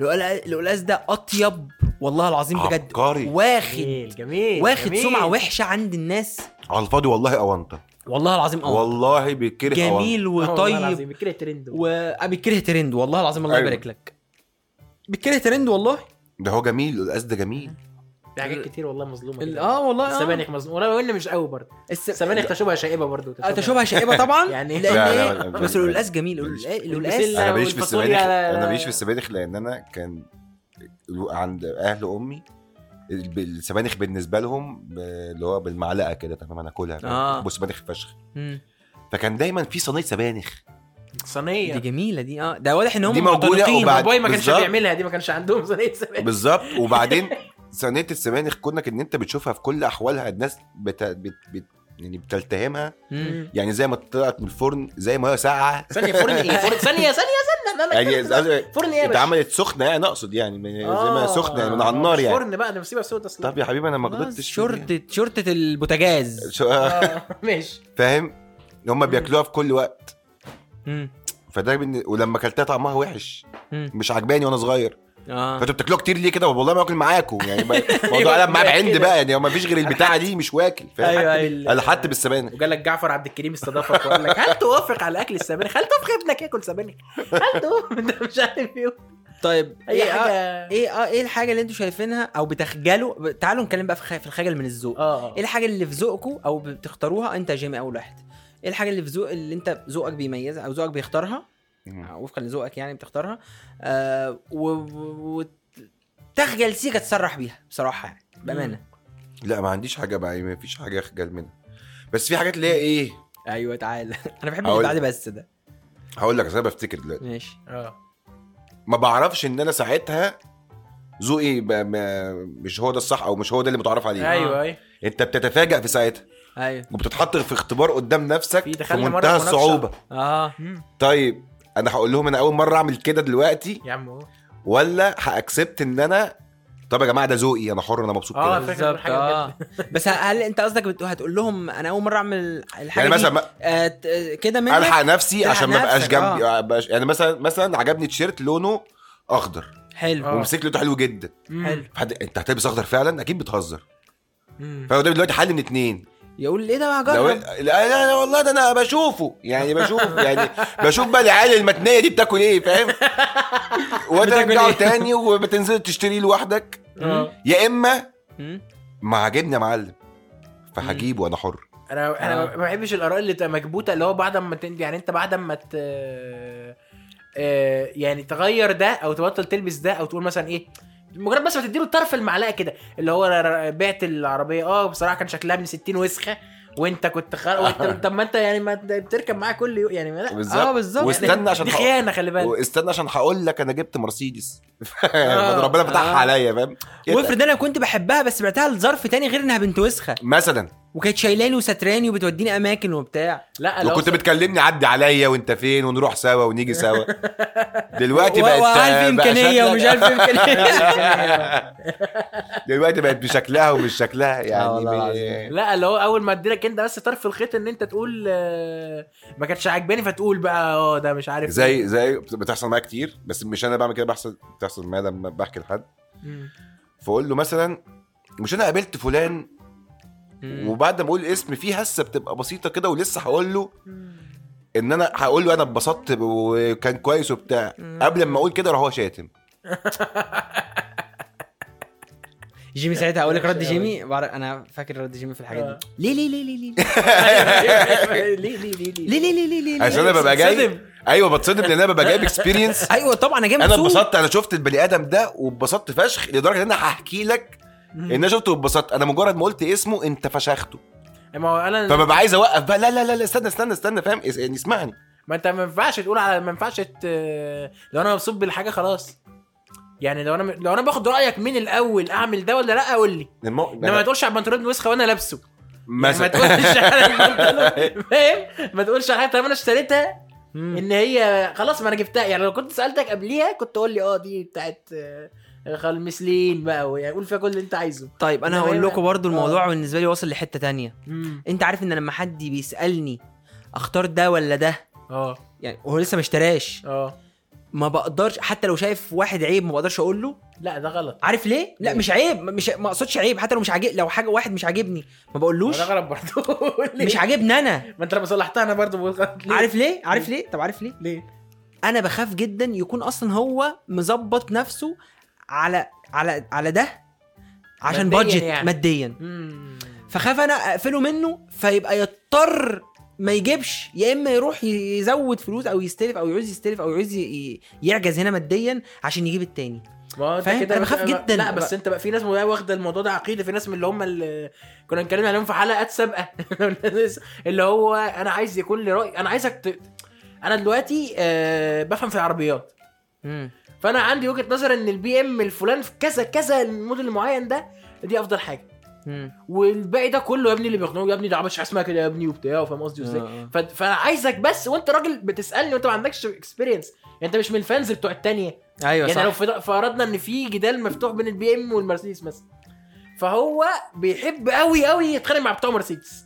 Speaker 1: القلق- القلقاس ده اطيب والله العظيم بجد
Speaker 3: عبقري.
Speaker 1: واخد
Speaker 2: جميل جميل
Speaker 1: واخد
Speaker 2: جميل.
Speaker 1: سمعه وحشه عند الناس
Speaker 3: على الفاضي والله اونطه
Speaker 1: والله العظيم اه
Speaker 3: والله بيتكره أونطة.
Speaker 1: جميل
Speaker 2: آه، والله
Speaker 1: وطيب
Speaker 2: العظيم، كده ترند
Speaker 1: وبتكره ترند والله العظيم الله
Speaker 3: أيوة.
Speaker 1: يبارك لك بتكره ترند والله
Speaker 3: ده هو جميل القصد ده جميل
Speaker 2: في حاجات كتير والله مظلومه
Speaker 1: ال-
Speaker 2: كده.
Speaker 3: آه،
Speaker 1: اه والله اه
Speaker 2: السبانخ مظلومه ولو ان مش قوي برضه
Speaker 1: الس-
Speaker 2: السبانخ تشوبها شائبه برضه
Speaker 1: آه، شبه شائبه طبعا
Speaker 2: يعني-
Speaker 1: يعني
Speaker 3: لا،
Speaker 1: لان
Speaker 3: لا،
Speaker 1: ايه
Speaker 3: لا، لا،
Speaker 1: بس
Speaker 3: لا.
Speaker 1: القلقاس جميل القلقاس القلقاس
Speaker 3: انا ماليش في
Speaker 2: والفاصوليا
Speaker 3: السبانخ
Speaker 2: لا، لا،
Speaker 3: انا
Speaker 2: لا.
Speaker 3: ماليش في السبانخ لان انا كان الو- عند اهل امي الب- السبانخ بالنسبه لهم ب- اللي هو بالمعلقه كده تمام انا اكلها
Speaker 1: آه.
Speaker 3: بحب السبانخ فشخ
Speaker 1: مم.
Speaker 3: فكان دايما في صينيه سبانخ
Speaker 1: دي
Speaker 2: صينيه
Speaker 1: جميله دي اه ده واضح ان هم
Speaker 3: دي موجودة
Speaker 1: مرتبطين.
Speaker 3: وبعد-
Speaker 2: باباي آه، ما كانش
Speaker 3: بالظبط. [laughs]
Speaker 2: بيعملها دي ما كانش عندهم صينيه سبانخ
Speaker 3: بالظبط وبعدين ثانيه السبانخ كونك ان انت بتشوفها في كل احوالها الناس بت... بت... بت... يعني بتلتهمها
Speaker 1: مم.
Speaker 3: يعني زي ما طلعت من الفرن زي ما هي ساقعه
Speaker 2: ثانيه فرن ايه
Speaker 3: [laughs]
Speaker 2: فرن ثانيه ثانيه ثانيه أنا-
Speaker 3: يعني
Speaker 2: أنا- فرن ايه يا باشا؟
Speaker 3: اتعملت سخنه يعني اقصد يعني من- زي ما هي
Speaker 2: آه،
Speaker 3: سخنه يعني من على النار يعني
Speaker 2: فرن بقى انا بسيبها سودة اصلا
Speaker 3: طب يا حبيبي انا ما
Speaker 1: خلاص،
Speaker 3: غلطتش في دي.
Speaker 1: شورتة شورتة البوتاجاز
Speaker 3: شو-
Speaker 2: آه، ماشي
Speaker 3: فاهم هم بياكلوها في كل وقت
Speaker 1: مم.
Speaker 3: فده بن... ولما اكلتها طعمها وحش
Speaker 1: مم.
Speaker 3: مش عجباني وانا صغير
Speaker 1: اه
Speaker 3: فانتوا بتاكلوها كتير ليه كده والله ما اكل معاكم يعني بقى- الموضوع قلب معايا بعند بقى يعني هو ما فيش غير البتاعه دي مش واكل فاهم
Speaker 1: أيوة،
Speaker 2: أيوة
Speaker 1: أيوة.
Speaker 2: أيوة.
Speaker 3: الحت بالسبانخ
Speaker 2: وجالك جعفر عبد الكريم استضافك وقال لك هل توافق على اكل السبانخ؟ هل توافق ابنك ياكل سبانخ؟ هل توافق [laughs] انت مش عارف ايه
Speaker 1: طيب
Speaker 2: اي
Speaker 1: ايه آه
Speaker 2: حاجه
Speaker 1: ايه اه ايه الحاجة اللي انتوا شايفينها او بتخجلوا تعالوا نتكلم بقى في خ- في الخجل من الذوق
Speaker 3: آه.
Speaker 2: اه
Speaker 1: ايه الحاجه اللي في ذوقكم او بتختاروها انت يا جيمي اول واحد ايه الحاجه اللي في ذوق اللي انت ذوقك بيميزها او ذوقك بيختارها
Speaker 3: مم.
Speaker 1: وفقا لذوقك يعني بتختارها آه و... و... و- تخجل سيكه تسرح بيها بصراحه يعني بامانه
Speaker 3: لا ما عنديش حاجه بقى ما فيش حاجه اخجل منها بس في حاجات اللي هي ايه
Speaker 1: ايوه [laughs] تعالى انا بحب اللي
Speaker 3: هقول-
Speaker 1: بعد بس ده
Speaker 3: هقول لك أصل انا بفتكر دلوقتي
Speaker 1: ماشي
Speaker 2: اه
Speaker 3: ما بعرفش ان انا ساعتها ذوقي ب- ما- مش هو ده الصح او مش هو ده اللي متعرف عليه
Speaker 2: ايوه ايوه
Speaker 3: انت بتتفاجئ في ساعتها
Speaker 1: ايوه
Speaker 3: وبتتحط في اختبار قدام نفسك
Speaker 2: في
Speaker 3: في
Speaker 2: دخلنا مرة
Speaker 3: منتهى
Speaker 2: مناقشة.
Speaker 3: الصعوبه
Speaker 1: اه
Speaker 3: طيب انا هقول لهم انا اول مره اعمل كده دلوقتي
Speaker 2: يا عم أهو.
Speaker 3: ولا هاكسبت ان انا طب يا جماعه ده ذوقي انا حر انا مبسوط
Speaker 2: آه،
Speaker 3: كده
Speaker 2: فاكر
Speaker 1: بالظبط
Speaker 2: حاجة
Speaker 1: اه
Speaker 2: [laughs]
Speaker 1: بس هل انت قصدك بت- هتقول لهم انا اول مره اعمل الحاجه
Speaker 3: يعني
Speaker 1: دي
Speaker 3: مثلا ما-
Speaker 1: آه ت- آه، كده منك
Speaker 3: الحق نفسي
Speaker 1: تلحق
Speaker 3: عشان ما بقاش
Speaker 1: نفسك،
Speaker 3: جنبي
Speaker 2: آه.
Speaker 3: أبقاش- يعني مثلا مثلا عجبني تيشيرت لونه اخضر
Speaker 1: حلو
Speaker 2: آه.
Speaker 3: ومسكلته حلو جدا
Speaker 2: حلو
Speaker 3: فحد... انت هتلبس اخضر فعلا اكيد بتهزر
Speaker 2: مم.
Speaker 3: فهو ده دلوقتي حل من اتنين
Speaker 1: يقول ايه ده
Speaker 3: لو... إيه-
Speaker 1: هجرب
Speaker 3: لا, لا, لا والله ده انا بشوفه يعني بشوف يعني بشوف بقى العيال المتنيه دي بتاكل ايه فاهم وترجعه
Speaker 1: إيه؟
Speaker 3: تاني وبتنزل تشتريه لوحدك
Speaker 2: آه.
Speaker 3: يا اما
Speaker 1: مم.
Speaker 3: ما عاجبني يا معلم فهجيبه وانا حر
Speaker 2: انا انا
Speaker 1: آه.
Speaker 2: ما بحبش الاراء اللي تبقى مكبوته اللي هو بعد ما تندي يعني انت بعد ما ت... آه، يعني تغير ده او تبطل تلبس ده او تقول مثلا ايه مجرد بس ما تديله طرف المعلقه كده اللي هو أنا ر- بعت العربيه اه بصراحه كان شكلها من 60 وسخه وانت كنت خار... وانت طب ما انت يعني ما أنت بتركب معاها كل يوم يعني ما لا
Speaker 1: اه بالظبط
Speaker 3: واستنى عشان
Speaker 2: دي
Speaker 3: هق-
Speaker 2: خيانه خلي بالك
Speaker 3: واستنى عشان هقول لك انا جبت مرسيدس [laughs]
Speaker 2: آه،
Speaker 3: ربنا فتحها
Speaker 1: آه.
Speaker 3: عليا فاهم كده.
Speaker 1: وافرض انا كنت بحبها بس بعتها لظرف تاني غير انها بنت وسخه
Speaker 3: مثلا
Speaker 1: وكانت شايلاني وستراني وبتوديني اماكن وبتاع
Speaker 2: لا لو
Speaker 3: وكنت بتكلمني عدي عليا وانت فين ونروح سوا ونيجي
Speaker 1: [laughs]
Speaker 3: سوا دلوقتي
Speaker 1: و-
Speaker 3: بقت
Speaker 1: وهل في
Speaker 3: بقى يعني
Speaker 1: امكانيه
Speaker 3: شكلك-
Speaker 1: ومش عارف في
Speaker 3: [laughs]
Speaker 1: امكانيه
Speaker 3: دلوقتي بقت بشكلها ومش
Speaker 1: [laughs]
Speaker 3: شكلها يعني
Speaker 1: آه، والله
Speaker 3: ب-
Speaker 1: العظيم.
Speaker 2: لا اللي هو اول ما اديلك انت بس طرف الخيط ان انت تقول آه، ما كانتش عاجباني فتقول بقى اه ده مش عارف [laughs]
Speaker 3: زي زي بتحصل معايا كتير بس مش انا بعمل كده بحصل بتحصل معايا لما بحكي لحد
Speaker 2: مم.
Speaker 3: فاقول له مثلا مش انا قابلت فلان وبعد ما اقول اسم فيه هسه بتبقى بسيطه كده ولسه هقول له ان انا هقول له انا اتبسطت وكان كويس وبتاع قبل ما اقول كده راح هو شاتم
Speaker 1: [laughs] جيمي ساعتها اقول
Speaker 2: [laughs]
Speaker 1: لك رد جيمي بعرف انا فاكر رد جيمي في الحاجات
Speaker 2: آه.
Speaker 1: دي ليه ليه ليه
Speaker 3: [laughs]
Speaker 1: ليه ليه
Speaker 2: أيوة، ليه أيوة، ليه ليه
Speaker 1: ليه ليه ليه ليه ليه
Speaker 3: عشان انا ببقى جاي
Speaker 2: بتصدم.
Speaker 3: ايوه بتصدم لان انا ببقى
Speaker 1: [laughs]
Speaker 3: جايب اكسبيرينس
Speaker 1: ايوه طبعا انا جاي
Speaker 3: انا
Speaker 1: مبسوط.
Speaker 3: اتبسطت انا شفت البني ادم ده واتبسطت فشخ لدرجه ان انا هحكي لك ان انا شفته واتبسطت انا مجرد ما قلت اسمه انت فشخته
Speaker 2: إيه، ما هو انا
Speaker 3: فببقى عايز اوقف بقى لا لا لا لا، استنى استنى استنى فاهم اس- يعني اسمعني
Speaker 2: ما انت ما ينفعش تقول على ما ينفعش ت... لو انا مبسوط بالحاجه خلاص يعني لو انا لو انا باخد رايك من الاول اعمل ده ولا لا قول لي
Speaker 3: المو...
Speaker 2: انما ما تقولش على البنطلون وسخه وانا لابسه يعني ما
Speaker 3: مثلا [laughs]
Speaker 2: تقولش على البنطلون فاهم ما تقولش على حاجه طالما انا اشتريتها
Speaker 1: مم.
Speaker 2: ان هي خلاص ما انا جبتها يعني لو كنت سالتك قبليها كنت تقول لي اه دي بتاعت آه، خل- مثليين بقى ويعني قول فيها كل اللي انت عايزه
Speaker 1: طيب انا
Speaker 2: إنما
Speaker 1: هقول
Speaker 2: هنا-
Speaker 1: لكم برضو
Speaker 2: آه.
Speaker 1: الموضوع بالنسبه لي واصل لحته تانية انت عارف ان لما حد بيسالني اختار ده ولا ده
Speaker 2: اه
Speaker 1: يعني وهو لسه ما اشتراش
Speaker 2: اه
Speaker 1: ما بقدرش حتى لو شايف واحد عيب ما بقدرش اقول له
Speaker 2: لا ده غلط
Speaker 1: عارف ليه؟ لا
Speaker 2: ليه؟
Speaker 1: مش عيب مش ما اقصدش عيب حتى لو مش عاجب لو حاجه واحد مش عاجبني ما بقولوش
Speaker 2: ده غلط برضه [laughs] ليه؟
Speaker 1: مش عاجبني انا
Speaker 2: ما انت لما صلحتها انا برضه بقول غلط ليه؟
Speaker 1: عارف ليه؟ عارف ليه؟ طب عارف ليه؟
Speaker 2: ليه؟
Speaker 1: انا بخاف جدا يكون اصلا هو مظبط نفسه على على على ده عشان
Speaker 2: مادياً
Speaker 1: بادجت
Speaker 2: يعني.
Speaker 1: ماديا
Speaker 2: مم.
Speaker 1: فخاف انا اقفله منه فيبقى يضطر ما يجيبش يا اما يروح يزود فلوس او يستلف او يعوز يستلف او يعوز ي- يعجز هنا ماديا عشان يجيب التاني
Speaker 2: ما هو انت
Speaker 1: فاهم؟
Speaker 2: كده
Speaker 1: أنا بخاف
Speaker 2: بقى-
Speaker 1: جداً.
Speaker 2: لا بس انت بقى في ناس بقى واخده الموضوع ده عقيده في ناس من اللي هم اللي كنا اتكلمنا عليهم في حلقات سابقه [laughs] اللي هو انا عايز يكون لي راي انا عايزك ت... انا دلوقتي آه بفهم في العربيات
Speaker 1: امم
Speaker 2: فانا عندي وجهه نظر ان البي ام الفلان في كذا كذا الموديل المعين ده دي افضل حاجه
Speaker 1: مم.
Speaker 2: والباقي ده كله يا ابني اللي بيقنعوه يا ابني ده مش اسمها كده يا ابني وبتاع وفاهم قصدي
Speaker 1: آه،
Speaker 2: ازاي
Speaker 1: آه.
Speaker 2: ف- فانا عايزك بس وانت راجل بتسالني وانت ما عندكش اكسبيرينس يعني انت مش من الفانز بتوع التانيه
Speaker 1: ايوه
Speaker 2: يعني لو
Speaker 1: صح
Speaker 2: فض- فرضنا ان في جدال مفتوح بين البي ام والمرسيدس مثلا فهو بيحب قوي قوي يتخانق مع بتوع مرسيدس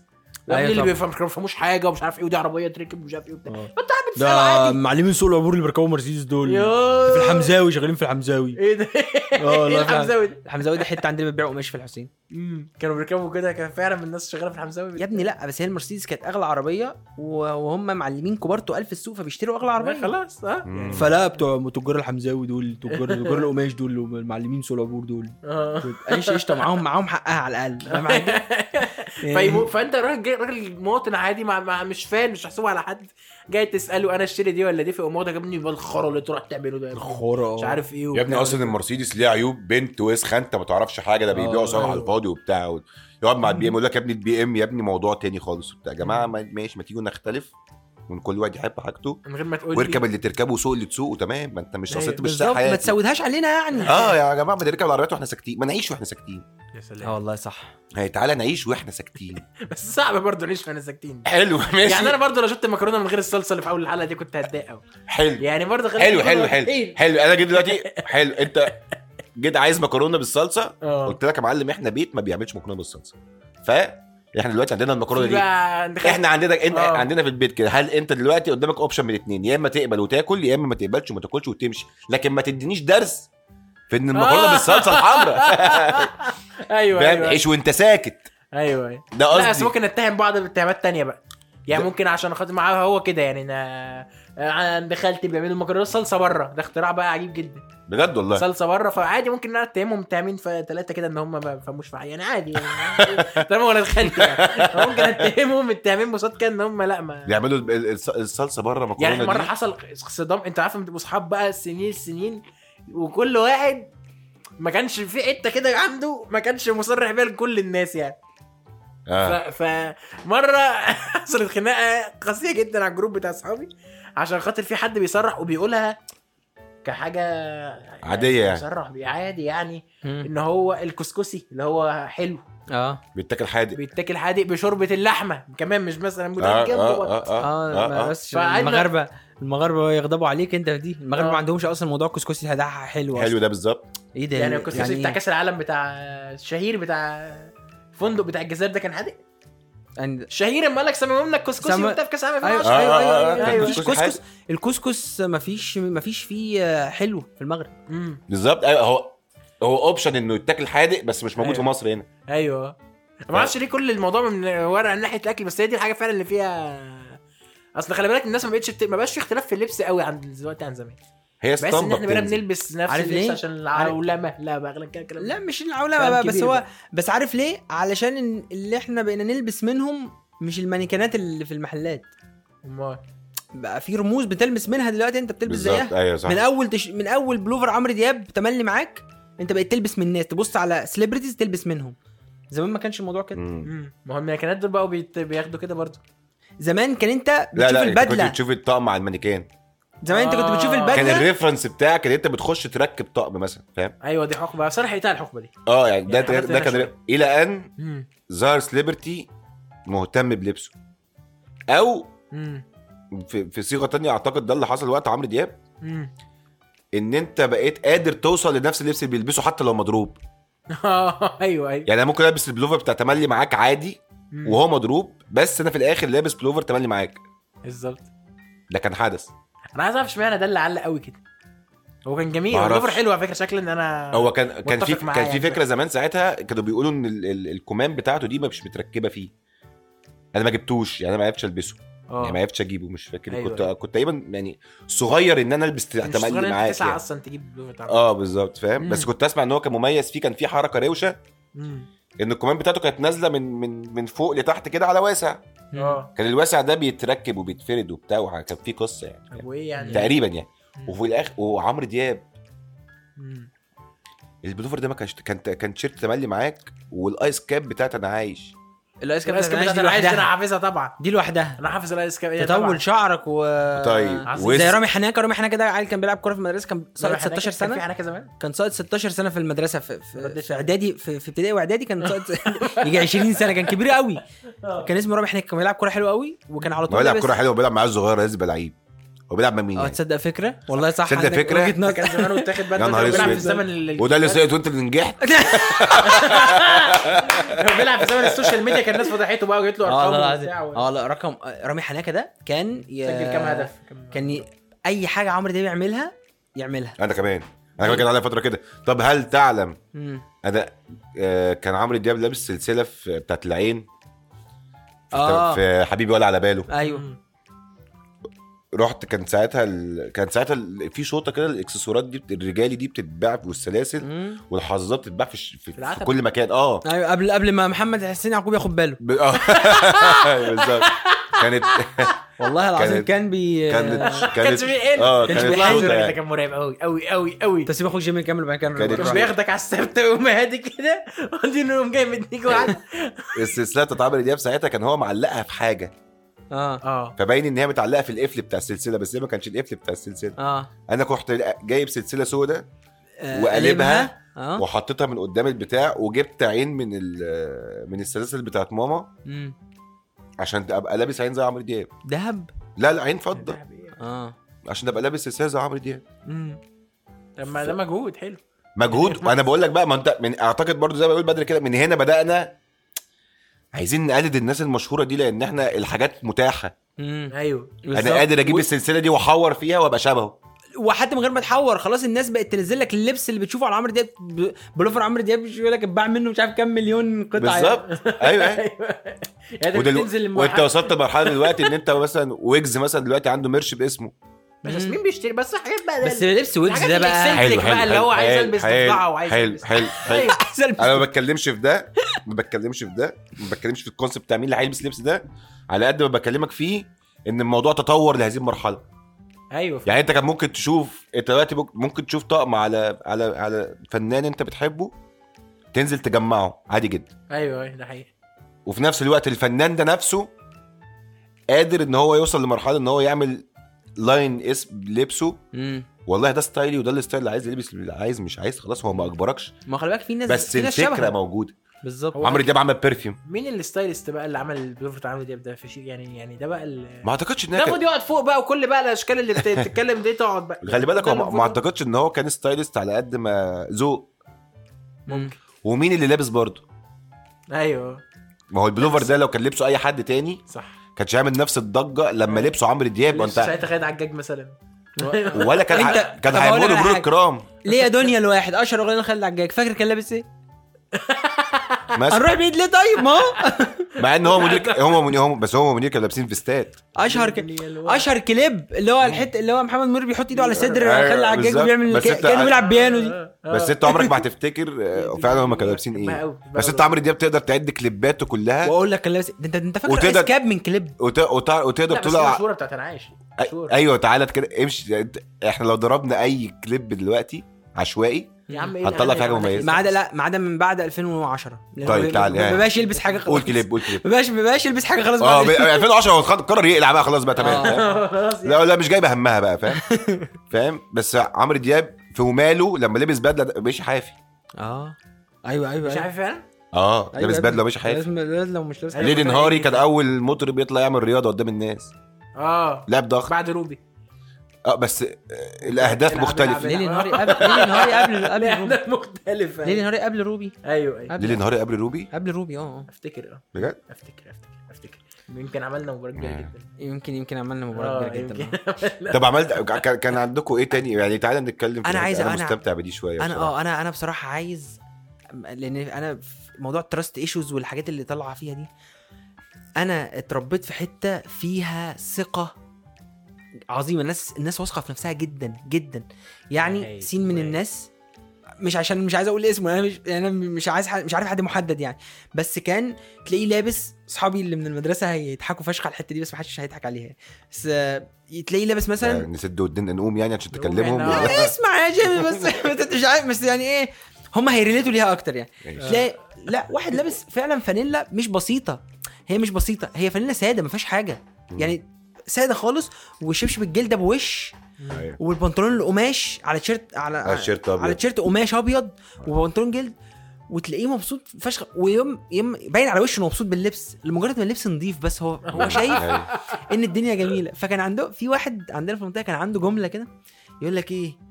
Speaker 1: أيوة
Speaker 2: أيوة اللي
Speaker 1: طبعا.
Speaker 2: بيفهم ما بيفهموش حاجه ومش عارف ايه ودي عربيه تركب ومش عارف ايه وبتاع
Speaker 1: آه.
Speaker 2: فانت قاعد بتسال عادي
Speaker 1: معلمين سوق العبور اللي بيركبوا مرسيدس دول
Speaker 2: يا-
Speaker 1: شغالين في
Speaker 2: [laughs]
Speaker 1: الحمزاوي آه،
Speaker 2: ايه ده؟
Speaker 1: والله
Speaker 2: [laughs] ايه
Speaker 1: فعلا.
Speaker 2: الحمزاوي ده؟
Speaker 1: الحمزاوي ده حته عندنا بتبيع قماش في الحسين
Speaker 2: مم. كانوا بيركبوا كده كان فعلا الناس شغاله في الحمزاوي
Speaker 1: يا ابني لا بس هي المرسيدس كانت اغلى عربيه و- وهم معلمين كبار تقال في السوق فبيشتروا اغلى
Speaker 2: ما
Speaker 1: عربيه
Speaker 2: خلاص ها
Speaker 3: مم.
Speaker 1: فلا بتوع تجار الحمزاوي دول تجار تجار القماش دول المعلمين سوق العبور دول
Speaker 2: آه.
Speaker 1: ايش قشطه معاهم معاهم حقها على الاقل فاهم حاجة؟
Speaker 2: فيمو- فانت راجل جاي- راجل مواطن عادي مع مع مش فاهم مش محسوب على حد جاي تساله انا اشتري دي ولا دي في امور ده جابني الخرا اللي تروح تعمله ده
Speaker 1: الخرا
Speaker 2: مش عارف ايه
Speaker 3: يا ابني
Speaker 2: وبتاع.
Speaker 3: اصلا المرسيدس ليها عيوب بنت وسخه انت ما تعرفش حاجه ده بيبيعوا
Speaker 1: آه،
Speaker 3: سرعه على
Speaker 1: أيوة.
Speaker 3: الفاضي وبتاع و- يقعد مع البي ام يقول لك يا ابني البي ام يا ابني موضوع تاني خالص وبتاع يا جماعه ما- ماشي ما تيجوا نختلف من كل واحد يحب حاجته
Speaker 2: من غير ما تقول لي.
Speaker 3: واركب اللي تركبه وسوق اللي تسوقه تمام ما انت مش
Speaker 2: أيوة،
Speaker 3: اصل انت مش سايق
Speaker 1: بالظبط ما
Speaker 3: حياتي
Speaker 1: تسودهاش علينا يعني
Speaker 3: اه يا جماعه ما نركب العربيات واحنا ساكتين ما نعيش واحنا ساكتين
Speaker 2: يا
Speaker 1: اه
Speaker 2: سلام
Speaker 1: والله صح
Speaker 3: هي تعالى نعيش واحنا ساكتين
Speaker 2: آه. [laughs] بس صعب برضه نعيش واحنا ساكتين
Speaker 3: حلو ماشي
Speaker 2: يعني انا برضه لو شفت المكرونه من غير الصلصه اللي في اول الحلقه دي كنت هتضايق قوي
Speaker 3: حلو
Speaker 2: يعني برضه خلي
Speaker 3: حلو حلو
Speaker 2: المكرونة
Speaker 3: حلو
Speaker 2: إيه؟
Speaker 3: حلو انا جيت دلوقتي حلو
Speaker 2: [laughs]
Speaker 3: انت جيت عايز مكرونه بالصلصه
Speaker 2: اه
Speaker 3: قلت لك يا معلم احنا بيت ما بيعملش مكرونه بالصلصه ف احنا دلوقتي عندنا المكرونه
Speaker 2: في
Speaker 3: دي
Speaker 2: بقى دخل-
Speaker 3: احنا عندنا انت
Speaker 2: آه.
Speaker 3: عندنا في البيت كده هل انت دلوقتي قدامك اوبشن من الاثنين يا اما تقبل وتاكل يا اما ما تقبلش وما تاكلش وتمشي لكن ما تدينيش درس في ان المكرونه
Speaker 2: آه.
Speaker 3: بالصلصه
Speaker 2: [laughs]
Speaker 3: الحمراء
Speaker 2: ايوه
Speaker 3: فاهم
Speaker 2: ايوه
Speaker 3: عيش وانت ساكت
Speaker 2: ايوه ايوه
Speaker 3: ده
Speaker 2: لا بس
Speaker 3: قصدي
Speaker 2: ممكن نتهم بعض باتهامات تانية بقى يعني
Speaker 3: ده-
Speaker 2: ممكن عشان خاطر معاه هو كده يعني انا عند خالتي بيعملوا مكرونه صلصه بره ده اختراع بقى عجيب جدا
Speaker 3: بجد والله
Speaker 2: صلصه بره فعادي ممكن انا اتهمهم متهمين في ثلاثه كده ان هم ما بيفهموش في حاجة. يعني عادي
Speaker 3: [laughs]
Speaker 2: يعني طالما ولاد خالتي يعني. ممكن اتهمهم متهمين بصوت كده ان هم لا ما
Speaker 3: بيعملوا ال- ال- الص- الصلصه بره مكرونه
Speaker 2: يعني مره
Speaker 3: دي
Speaker 2: حصل صدام انت عارف انتوا اصحاب بقى سنين السنين وكل واحد ما كانش في حته كده عنده ما كانش مصرح بيها لكل الناس يعني
Speaker 3: آه.
Speaker 2: ف... فمره [laughs] حصلت خناقه قاسيه جدا على الجروب بتاع اصحابي عشان خاطر في حد بيصرح وبيقولها كحاجه
Speaker 3: عادية يعني.
Speaker 2: بيصرح بيه عادي يعني
Speaker 1: مم.
Speaker 2: ان هو الكسكسي اللي هو حلو
Speaker 1: اه
Speaker 3: بيتاكل حادق
Speaker 2: بيتاكل حادق بشوربه اللحمه كمان مش مثلا
Speaker 3: آه،
Speaker 2: بيقول لك
Speaker 3: آه،
Speaker 2: جنبه
Speaker 3: آه،
Speaker 2: بط.
Speaker 3: آه،
Speaker 1: اه
Speaker 3: آه،
Speaker 1: ما
Speaker 3: آه.
Speaker 1: بس
Speaker 2: فقعدنا-
Speaker 1: المغاربه المغاربه يغضبوا عليك انت في دي المغاربه
Speaker 2: آه.
Speaker 1: ما عندهمش اصلا موضوع كسكسي ده حلو
Speaker 3: حلو
Speaker 1: حلو
Speaker 3: ده بالظبط
Speaker 1: ايه ده
Speaker 2: يعني الكسكسي
Speaker 1: يعني
Speaker 2: بتاع
Speaker 1: إيه؟
Speaker 2: كاس العالم بتاع الشهير بتاع فندق بتاع الجزائر ده كان حادق
Speaker 1: يعني
Speaker 2: الشهير اما قال لك سمموا لنا الكسكسي
Speaker 1: سم-
Speaker 2: بتاع في كاس العالم
Speaker 1: ايوه
Speaker 2: 2010
Speaker 3: آه،
Speaker 1: ايوه
Speaker 3: آه، آه،
Speaker 1: ايوه
Speaker 3: كان
Speaker 1: ايوه
Speaker 3: كسكسي
Speaker 1: الكسكس الكسكس مفيش مفيش فيه آه، حلو في المغرب
Speaker 2: أمم،
Speaker 3: بالظبط ايوه هو هو اوبشن انه يتاكل حادق بس مش موجود في
Speaker 2: أيوة.
Speaker 3: مصر هنا
Speaker 2: ايوه ما اعرفش ليه كل الموضوع من ورا عن ناحيه الاكل بس هي دي الحاجه فعلا اللي فيها اصل خلي بالك الناس ما بقتش بت... ما بقاش في اختلاف في اللبس قوي عن دلوقتي عن زمان
Speaker 3: هي
Speaker 2: بس ان
Speaker 3: اسطمبه
Speaker 2: احنا بقينا
Speaker 3: بتنزل
Speaker 2: بنلبس نفس
Speaker 1: عارف
Speaker 2: اللبس
Speaker 1: ليه؟
Speaker 2: عشان العولمه لا بقى غير كده الكلام ده.
Speaker 1: لا مش العولمه
Speaker 2: كلام
Speaker 1: بقى بس
Speaker 2: كبير
Speaker 1: هو
Speaker 2: بقى.
Speaker 1: بس عارف ليه علشان إن اللي احنا بقينا نلبس منهم مش المانيكانات اللي في المحلات
Speaker 2: امال
Speaker 1: بقى في رموز بتلمس منها دلوقتي انت بتلبس زيها
Speaker 3: بالظبط ايوه صح
Speaker 1: من اول تش... من اول بلوفر عمرو دياب تملي معاك انت بقيت تلبس من الناس تبص على سليبرتيز تلبس منهم زمان ما كانش الموضوع كده
Speaker 3: مم.
Speaker 2: أمم، ما هو المانيكانات دول بقوا بيت... بياخدوا كده برضه
Speaker 1: زمان كان انت بتشوف
Speaker 3: لا لا انت كنت
Speaker 1: البدله
Speaker 3: بتشوف الطقم على المانيكان
Speaker 1: زمان انت كنت بتشوف
Speaker 2: آه.
Speaker 1: البدله
Speaker 3: كان الريفرنس بتاعك ان انت بتخش تركب طقم مثلا فاهم
Speaker 2: ايوه دي حقبه بس انا حقيقتها الحقبه دي
Speaker 3: اه يعني ده
Speaker 2: يعني
Speaker 3: ده
Speaker 2: عملت
Speaker 3: ده
Speaker 2: هنا
Speaker 3: كان
Speaker 2: شوية.
Speaker 3: الى ان
Speaker 2: امم
Speaker 3: ظهر سليبرتي مهتم بلبسه او
Speaker 2: امم
Speaker 3: في, في صيغه تانية اعتقد ده اللي حصل وقت عمرو دياب
Speaker 2: [laughs] امم
Speaker 3: ان انت بقيت قادر توصل لنفس اللبس اللي بيلبسه حتى لو مضروب
Speaker 2: ايوه ايوه
Speaker 3: يعني انا ممكن البس البلوفر بتاع تملي معاك عادي
Speaker 2: أمم،
Speaker 3: وهو مضروب بس انا في الاخر لابس بلوفر تملي معاك
Speaker 2: بالظبط
Speaker 3: ده كان حدث
Speaker 2: انا عايز اعرف اشمعنى ده اللي علق قوي كده هو كان جميل
Speaker 3: ما
Speaker 2: هو اللوفر
Speaker 3: أعرفش.
Speaker 2: حلو على فكره شكل ان انا
Speaker 3: هو كان كان في
Speaker 2: متفق معاه
Speaker 3: كان في
Speaker 2: يعني.
Speaker 3: فكره زمان ساعتها كانوا بيقولوا ان ال- ال- الكمام بتاعته دي مش متركبه فيه انا ما جبتوش يعني انا ما عرفتش البسه يعني ما
Speaker 2: اه
Speaker 3: عرفتش اجيبه مش فاكر
Speaker 2: أيوة،
Speaker 3: أيوة كنت
Speaker 2: أيوة.
Speaker 3: كنت تقريبا يعني صغير ان انا البس
Speaker 2: مش صغير
Speaker 3: تملي
Speaker 2: إن
Speaker 3: معاك
Speaker 2: تسعة
Speaker 3: يعني.
Speaker 2: اصلا تجيب لوفر بتاع
Speaker 3: اه بالظبط فاهم
Speaker 2: مم.
Speaker 3: بس كنت اسمع ان هو كان مميز فيه كان في حركه روشه ان الكمام بتاعته كانت نازله من من من فوق لتحت كده على واسع
Speaker 2: اه
Speaker 3: كان الواسع ده بيتركب وبيتفرد وبتاع وع- كان في قصه يعني
Speaker 2: طب وايه يعني
Speaker 3: تقريبا يعني
Speaker 2: مم.
Speaker 3: وفي الاخر وعمرو دياب
Speaker 2: مم.
Speaker 3: البلوفر ده ما كانش كان كان تيشيرت تملي معاك والايس كاب بتاعت انا عايش
Speaker 1: الايس كاب
Speaker 2: الايس كاب
Speaker 1: بتاعت
Speaker 2: بتاعت
Speaker 1: دي
Speaker 2: العيش دي انا
Speaker 1: لوحدها
Speaker 2: حافظها طبعا
Speaker 1: دي لوحدها
Speaker 2: انا حافظ الايس كاب إيه طبعاً.
Speaker 1: تطول شعرك و
Speaker 3: طيب
Speaker 2: عسل.
Speaker 3: وس-
Speaker 1: زي رامي حناكه رامي حناكه ده عيل كان بيلعب كوره في المدرسه كان
Speaker 2: كان
Speaker 1: ساقط 16
Speaker 2: في كان في
Speaker 1: سنه
Speaker 2: حناكه زمان
Speaker 1: كان ساقط 16 سنه في المدرسه في في,
Speaker 2: ردتش
Speaker 1: في اعدادي في, في ابتدائي واعدادي كان ساقط [laughs]
Speaker 2: [laughs]
Speaker 1: يجي 20 سنه كان كبير قوي كان اسمه رامي حناكه كان بيلعب كوره حلوه قوي وكان على
Speaker 3: ما
Speaker 1: طول
Speaker 3: بيلعب
Speaker 1: لابس-
Speaker 3: كوره حلوه وبيلعب معاه الصغير لازم يبقى لعيب هو بيلعب مع مين
Speaker 1: اه
Speaker 3: يعني؟
Speaker 1: تصدق فكره والله صح
Speaker 3: تصدق
Speaker 1: عندك
Speaker 3: فكرة؟
Speaker 1: وجهة نظر.
Speaker 2: [laughs] كان زمان واتاخد بقى
Speaker 3: يا نهار
Speaker 2: بيلعب في
Speaker 3: اسود.
Speaker 2: الزمن اللي-
Speaker 3: وده اللي سقط وانت اللي نجحت
Speaker 2: كان [laughs] بيلعب في زمن السوشيال ميديا كان الناس فضحته بقى وجت له
Speaker 1: اه والله
Speaker 2: ارقام
Speaker 1: العظيم
Speaker 2: وبتاع و-
Speaker 1: اه والله رقم رامي حناكه ده كان ي-
Speaker 2: سجل كام هدف
Speaker 1: كان ي... اي حاجه عمرو دياب يعملها يعملها
Speaker 3: انا كمان انا كمان كان عليا فتره كده طب هل تعلم
Speaker 1: مم.
Speaker 3: انا آه كان عمرو دياب لابس سلسله في بتاعت العين
Speaker 2: آه.
Speaker 1: اه
Speaker 3: في حبيبي ولا على باله
Speaker 1: ايوه
Speaker 3: رحت كان ساعتها ال... كان ساعتها ال... في شوطه كده الاكسسوارات دي بت- الرجالي دي بتتباع والسلاسل
Speaker 1: مم.
Speaker 3: والحظات بتتباع في, الش... في... في
Speaker 2: العتبة.
Speaker 3: كل مكان اه
Speaker 1: ايوه قبل قبل ما محمد حسين يعقوب ياخد باله
Speaker 3: ب... آه. [laughs] بالظبط كانت
Speaker 1: والله العظيم
Speaker 3: كانت-
Speaker 1: كان بي
Speaker 3: كانت
Speaker 2: كانش
Speaker 3: كانت
Speaker 2: بيقل
Speaker 3: اه
Speaker 1: كانش
Speaker 3: كانت
Speaker 1: بيحزن
Speaker 3: شوطه
Speaker 1: الحمد
Speaker 2: ده
Speaker 3: يعني.
Speaker 2: إيه؟ كان مرعب قوي قوي قوي قوي
Speaker 1: تسيب اخوك جيمي يكمل بعد كده
Speaker 3: كانت-
Speaker 1: نروح.
Speaker 2: مش بياخدك على السبت ويقوم هادي كده [laughs] وبعدين يقوم جاي
Speaker 1: [laughs]
Speaker 2: مديك واحده
Speaker 3: السلسله بتاعت عمرو دياب ساعتها كان هو معلقها في حاجه
Speaker 1: اه
Speaker 2: اه
Speaker 3: فباين ان هي متعلقه في القفل بتاع السلسله بس هي ما كانش القفل بتاع السلسله
Speaker 1: اه
Speaker 3: انا كنت جايب سلسله سوداء
Speaker 1: آه،
Speaker 3: وقلبها
Speaker 1: اه
Speaker 3: وحطيتها من قدام البتاع وجبت عين من ال- من السلاسل بتاعت ماما
Speaker 1: مم.
Speaker 3: عشان ابقى لابس عين زي عمرو دياب
Speaker 1: دهب
Speaker 3: لا لا عين فضه
Speaker 1: اه
Speaker 3: عشان ابقى لابس سلسله زي عمرو دياب
Speaker 1: مم.
Speaker 2: لما ده مجهود حلو
Speaker 3: مجهود وانا بقول لك بقى ما انت من اعتقد برضو زي ما بقول بدري كده من هنا بدانا عايزين نقلد الناس المشهوره دي لان احنا الحاجات متاحه
Speaker 1: مم.
Speaker 2: ايوه
Speaker 3: انا قادر اجيب السلسله دي واحور فيها وابقى شبهه
Speaker 1: وحتى من غير ما تحور خلاص الناس بقت تنزل لك اللبس اللي بتشوفه على عمرو دياب ب- بلوفر عمرو دياب يقول لك اتباع منه مش عارف كام مليون قطعه
Speaker 3: بالظبط
Speaker 2: [laughs]
Speaker 3: ايوه ايوه
Speaker 2: يعني انت أيوه. بتنزل
Speaker 3: ودل... وانت
Speaker 2: المحل-
Speaker 3: وصلت لمرحله دلوقتي ان انت مثلا ويجز مثلا دلوقتي عنده مرش باسمه
Speaker 2: بس مين بيشتري بس حاجات بقى
Speaker 1: بس لبس ويجز ده بقى
Speaker 2: حلو، حلو، اللي هو عايز
Speaker 3: حلو،
Speaker 2: ألبس
Speaker 3: حلو،
Speaker 2: ضفدعة وعايز
Speaker 3: حلو
Speaker 2: ألبس- [laughs]
Speaker 3: حلو حلو
Speaker 2: أيوة.
Speaker 1: عايز ألبس.
Speaker 3: انا ما بتكلمش في ده ما بتكلمش في ده ما بتكلمش في الكونسيبت بتاع مين اللي هيلبس لبس ده على قد ما بكلمك فيه ان الموضوع تطور لهذه المرحله
Speaker 2: ايوه
Speaker 3: يعني انت كان ممكن تشوف انت دلوقتي ممكن- ممكن تشوف طقم على على على فنان انت بتحبه تنزل تجمعه عادي جدا
Speaker 2: ايوه أيوة، ده حقيقي
Speaker 3: وفي نفس الوقت الفنان ده نفسه قادر ان هو يوصل لمرحله ان هو يعمل لاين اسم لبسه
Speaker 1: مم.
Speaker 3: والله ده ستايلي وده الستايل اللي عايز يلبس اللي عايز مش عايز خلاص هو ما اجبركش
Speaker 1: ما خلي بالك في ناس
Speaker 3: بس
Speaker 1: في ناس
Speaker 3: الفكره
Speaker 1: شبهك.
Speaker 3: موجوده
Speaker 1: بالظبط
Speaker 2: هو
Speaker 3: عمرو دياب عمل برفيوم
Speaker 2: مين الستايلست بقى اللي عمل البلوفر بتاع عمرو دياب ده في شيء يعني يعني ده بقى ال
Speaker 3: ما اعتقدش ان هي
Speaker 2: ده
Speaker 3: كانت-
Speaker 2: المفروض يقعد فوق بقى وكل بقى الاشكال اللي
Speaker 3: [laughs]
Speaker 2: بت- بتتكلم دي تقعد بقى
Speaker 3: خلي بالك
Speaker 2: ده
Speaker 3: هو ما-
Speaker 2: المفروض.
Speaker 3: ما اعتقدش ان هو كان ستايلست على قد ما ذوق
Speaker 1: ممكن
Speaker 3: ومين اللي لابس برضه
Speaker 2: ايوه
Speaker 3: ما هو البلوفر ده لو كان لبسه اي حد تاني
Speaker 2: صح
Speaker 3: [laughs] كانش هيعمل نفس الضجه
Speaker 1: آه.
Speaker 3: لما لبسه عمرو دياب
Speaker 2: لسه
Speaker 3: وانت
Speaker 2: ساعتها خالد أيوه. على الجاج
Speaker 3: [laughs]
Speaker 2: مثلا
Speaker 3: ولا
Speaker 1: [laughs]
Speaker 3: كان ع-
Speaker 1: انت-
Speaker 3: كان
Speaker 1: طب هقول لك
Speaker 3: هيعملوا
Speaker 1: على
Speaker 3: مرور
Speaker 1: حاجة.
Speaker 3: الكرام
Speaker 1: ليه يا دنيا الواحد اشهر اغنيه خالد العجاج فاكر كان لابس ايه؟ [laughs]
Speaker 3: مثلا
Speaker 1: هنروح بعيد ليه طيب ما هو
Speaker 3: [laughs] مع ان
Speaker 1: [laughs]
Speaker 3: هو مدير هم مدير هم بس هم مدير كانوا لابسين فيستات
Speaker 1: اشهر ك... اشهر كليب اللي هو الحته اللي هو محمد منير بيحط ايده على صدر
Speaker 3: ايوه،
Speaker 1: خالد العجاج
Speaker 3: بالظبط.
Speaker 1: وبيعمل
Speaker 3: بس أيوة.
Speaker 1: ك-
Speaker 3: انت-
Speaker 1: كانه بيلعب بيانو دي
Speaker 2: آه، آه.
Speaker 3: بس انت عمرك ما
Speaker 1: [laughs]
Speaker 3: هتفتكر آه، فعلا هم كانوا لابسين
Speaker 2: بحبها
Speaker 3: ايه
Speaker 2: قوي، بحبها
Speaker 3: بس انت
Speaker 2: قوي.
Speaker 3: عمرو دياب تقدر تعد كليباته كلها
Speaker 1: واقول لك كان لابس ده انت انت فاكر
Speaker 3: وتقدر-
Speaker 1: ايس كاب من كليب
Speaker 3: وت... وت... وتقدر
Speaker 2: لا بس
Speaker 3: تطلع
Speaker 2: الصوره بتاعت انا عايش
Speaker 3: أي-
Speaker 2: مشهورة.
Speaker 3: ايوه تعالى كده امشي انت- احنا لو ضربنا اي كليب دلوقتي عشوائي
Speaker 2: يا عم ايه العالم
Speaker 3: هتطلع في حاجة
Speaker 2: اللي عملك
Speaker 3: مميزة.
Speaker 1: ما
Speaker 3: [laughs]
Speaker 1: عدا لا ما عدا من بعد 2010 لأن
Speaker 3: طيب،
Speaker 1: هو
Speaker 3: تعال،
Speaker 1: ما
Speaker 3: يعني.
Speaker 1: بقاش يلبس حاجه خلاص
Speaker 3: قول كليب قول كليب
Speaker 1: ما بقاش ما بقاش يلبس حاجه [laughs] خلاص
Speaker 3: اه ب-
Speaker 1: بعد
Speaker 3: 2010 هو اتخ- قرر يقلع بقى خلاص بقى تمام
Speaker 1: آه.
Speaker 2: [laughs]
Speaker 3: فاهم؟
Speaker 2: خلاص يعني.
Speaker 3: لا لا مش جايبه همها بقى فاهم فاهم بس عمرو دياب في وماله لما لبس بدله ده- ماشي حافي
Speaker 1: اه ايوه ايوه
Speaker 2: مش عارف فعلا
Speaker 3: اه
Speaker 1: أيوة
Speaker 3: آه. لابس
Speaker 1: يا ابني.
Speaker 3: بدله ماشي حافي
Speaker 1: لازم لو مش لابس
Speaker 2: أيوة.
Speaker 3: ليدي
Speaker 2: كنت
Speaker 3: نهاري
Speaker 2: قايل.
Speaker 3: كان اول مطرب يطلع يعمل رياضه قدام الناس
Speaker 2: اه
Speaker 3: لعب ضغط
Speaker 1: [laughs]
Speaker 2: بعد روبي
Speaker 3: اه بس آه، الاهداف
Speaker 2: العب-
Speaker 3: مختلفه
Speaker 2: العب.
Speaker 1: ليلي [laughs] نهاري قبل ليلي نهاري قبل قبل [laughs] روبي
Speaker 2: لعبة مختلفة
Speaker 1: ليلي نهاري قبل روبي
Speaker 2: ايوه ايوه
Speaker 1: قبل-
Speaker 3: ليلي نهاري قبل روبي
Speaker 1: قبل روبي اه اه
Speaker 2: افتكر اه
Speaker 3: بجد
Speaker 2: افتكر افتكر افتكر يمكن عملنا مباراة كبيرة
Speaker 3: آه.
Speaker 2: جدا
Speaker 1: يمكن يمكن عملنا
Speaker 2: آه،
Speaker 1: مباراه كبيره جدا
Speaker 2: يمكن.
Speaker 1: [laughs]
Speaker 3: طب عملت كان- كان عندكم ايه تاني يعني تعالى نتكلم في
Speaker 1: أنا
Speaker 3: الحتة.
Speaker 1: عايز-
Speaker 3: انا
Speaker 1: أنا-
Speaker 3: مستمتع بدي شويه
Speaker 1: انا
Speaker 3: بصراحة.
Speaker 1: اه انا انا بصراحه عايز لان انا في موضوع التراست ايشوز والحاجات اللي طالعه فيها دي انا اتربيت في حته فيها ثقه عظيمه الناس الناس واثقه في نفسها جدا جدا يعني
Speaker 2: أيوة.
Speaker 1: سين من الناس مش عشان مش عايز اقول اسمه انا مش انا مش عايز حد مش عارف حد محدد يعني بس كان تلاقيه لابس اصحابي اللي من المدرسه هيضحكوا فشخ على الحته دي بس محدش هيضحك عليها بس آه، تلاقيه لابس مثلا
Speaker 3: آه، نسد ودنا نقوم يعني عشان
Speaker 2: نقوم
Speaker 3: تكلمهم
Speaker 2: يعني.
Speaker 3: و- [laughs]
Speaker 1: [laughs] اسمع يا جيمي بس مش عارف بس يعني ايه هم إيه، هيريليتوا ليها اكتر يعني
Speaker 3: ماشي.
Speaker 1: تلاقي لا واحد لابس فعلا فانيلا مش بسيطه هي مش بسيطه هي فانيلا ساده ما فيهاش حاجه يعني ساده خالص وشبشب الجلده بوش
Speaker 3: أيوة.
Speaker 1: والبنطلون القماش على تيشيرت على
Speaker 3: على تيشيرت أبيض.
Speaker 1: على تيشيرت قماش ابيض وبنطلون جلد وتلاقيه مبسوط فشخ ويوم يوم باين على وشه انه مبسوط باللبس لمجرد ما اللبس نضيف بس هو
Speaker 3: [laughs]
Speaker 1: هو شايف
Speaker 3: أيوة.
Speaker 1: ان الدنيا جميله فكان عنده في واحد عندنا في المنطقه كان عنده جمله كده يقول لك ايه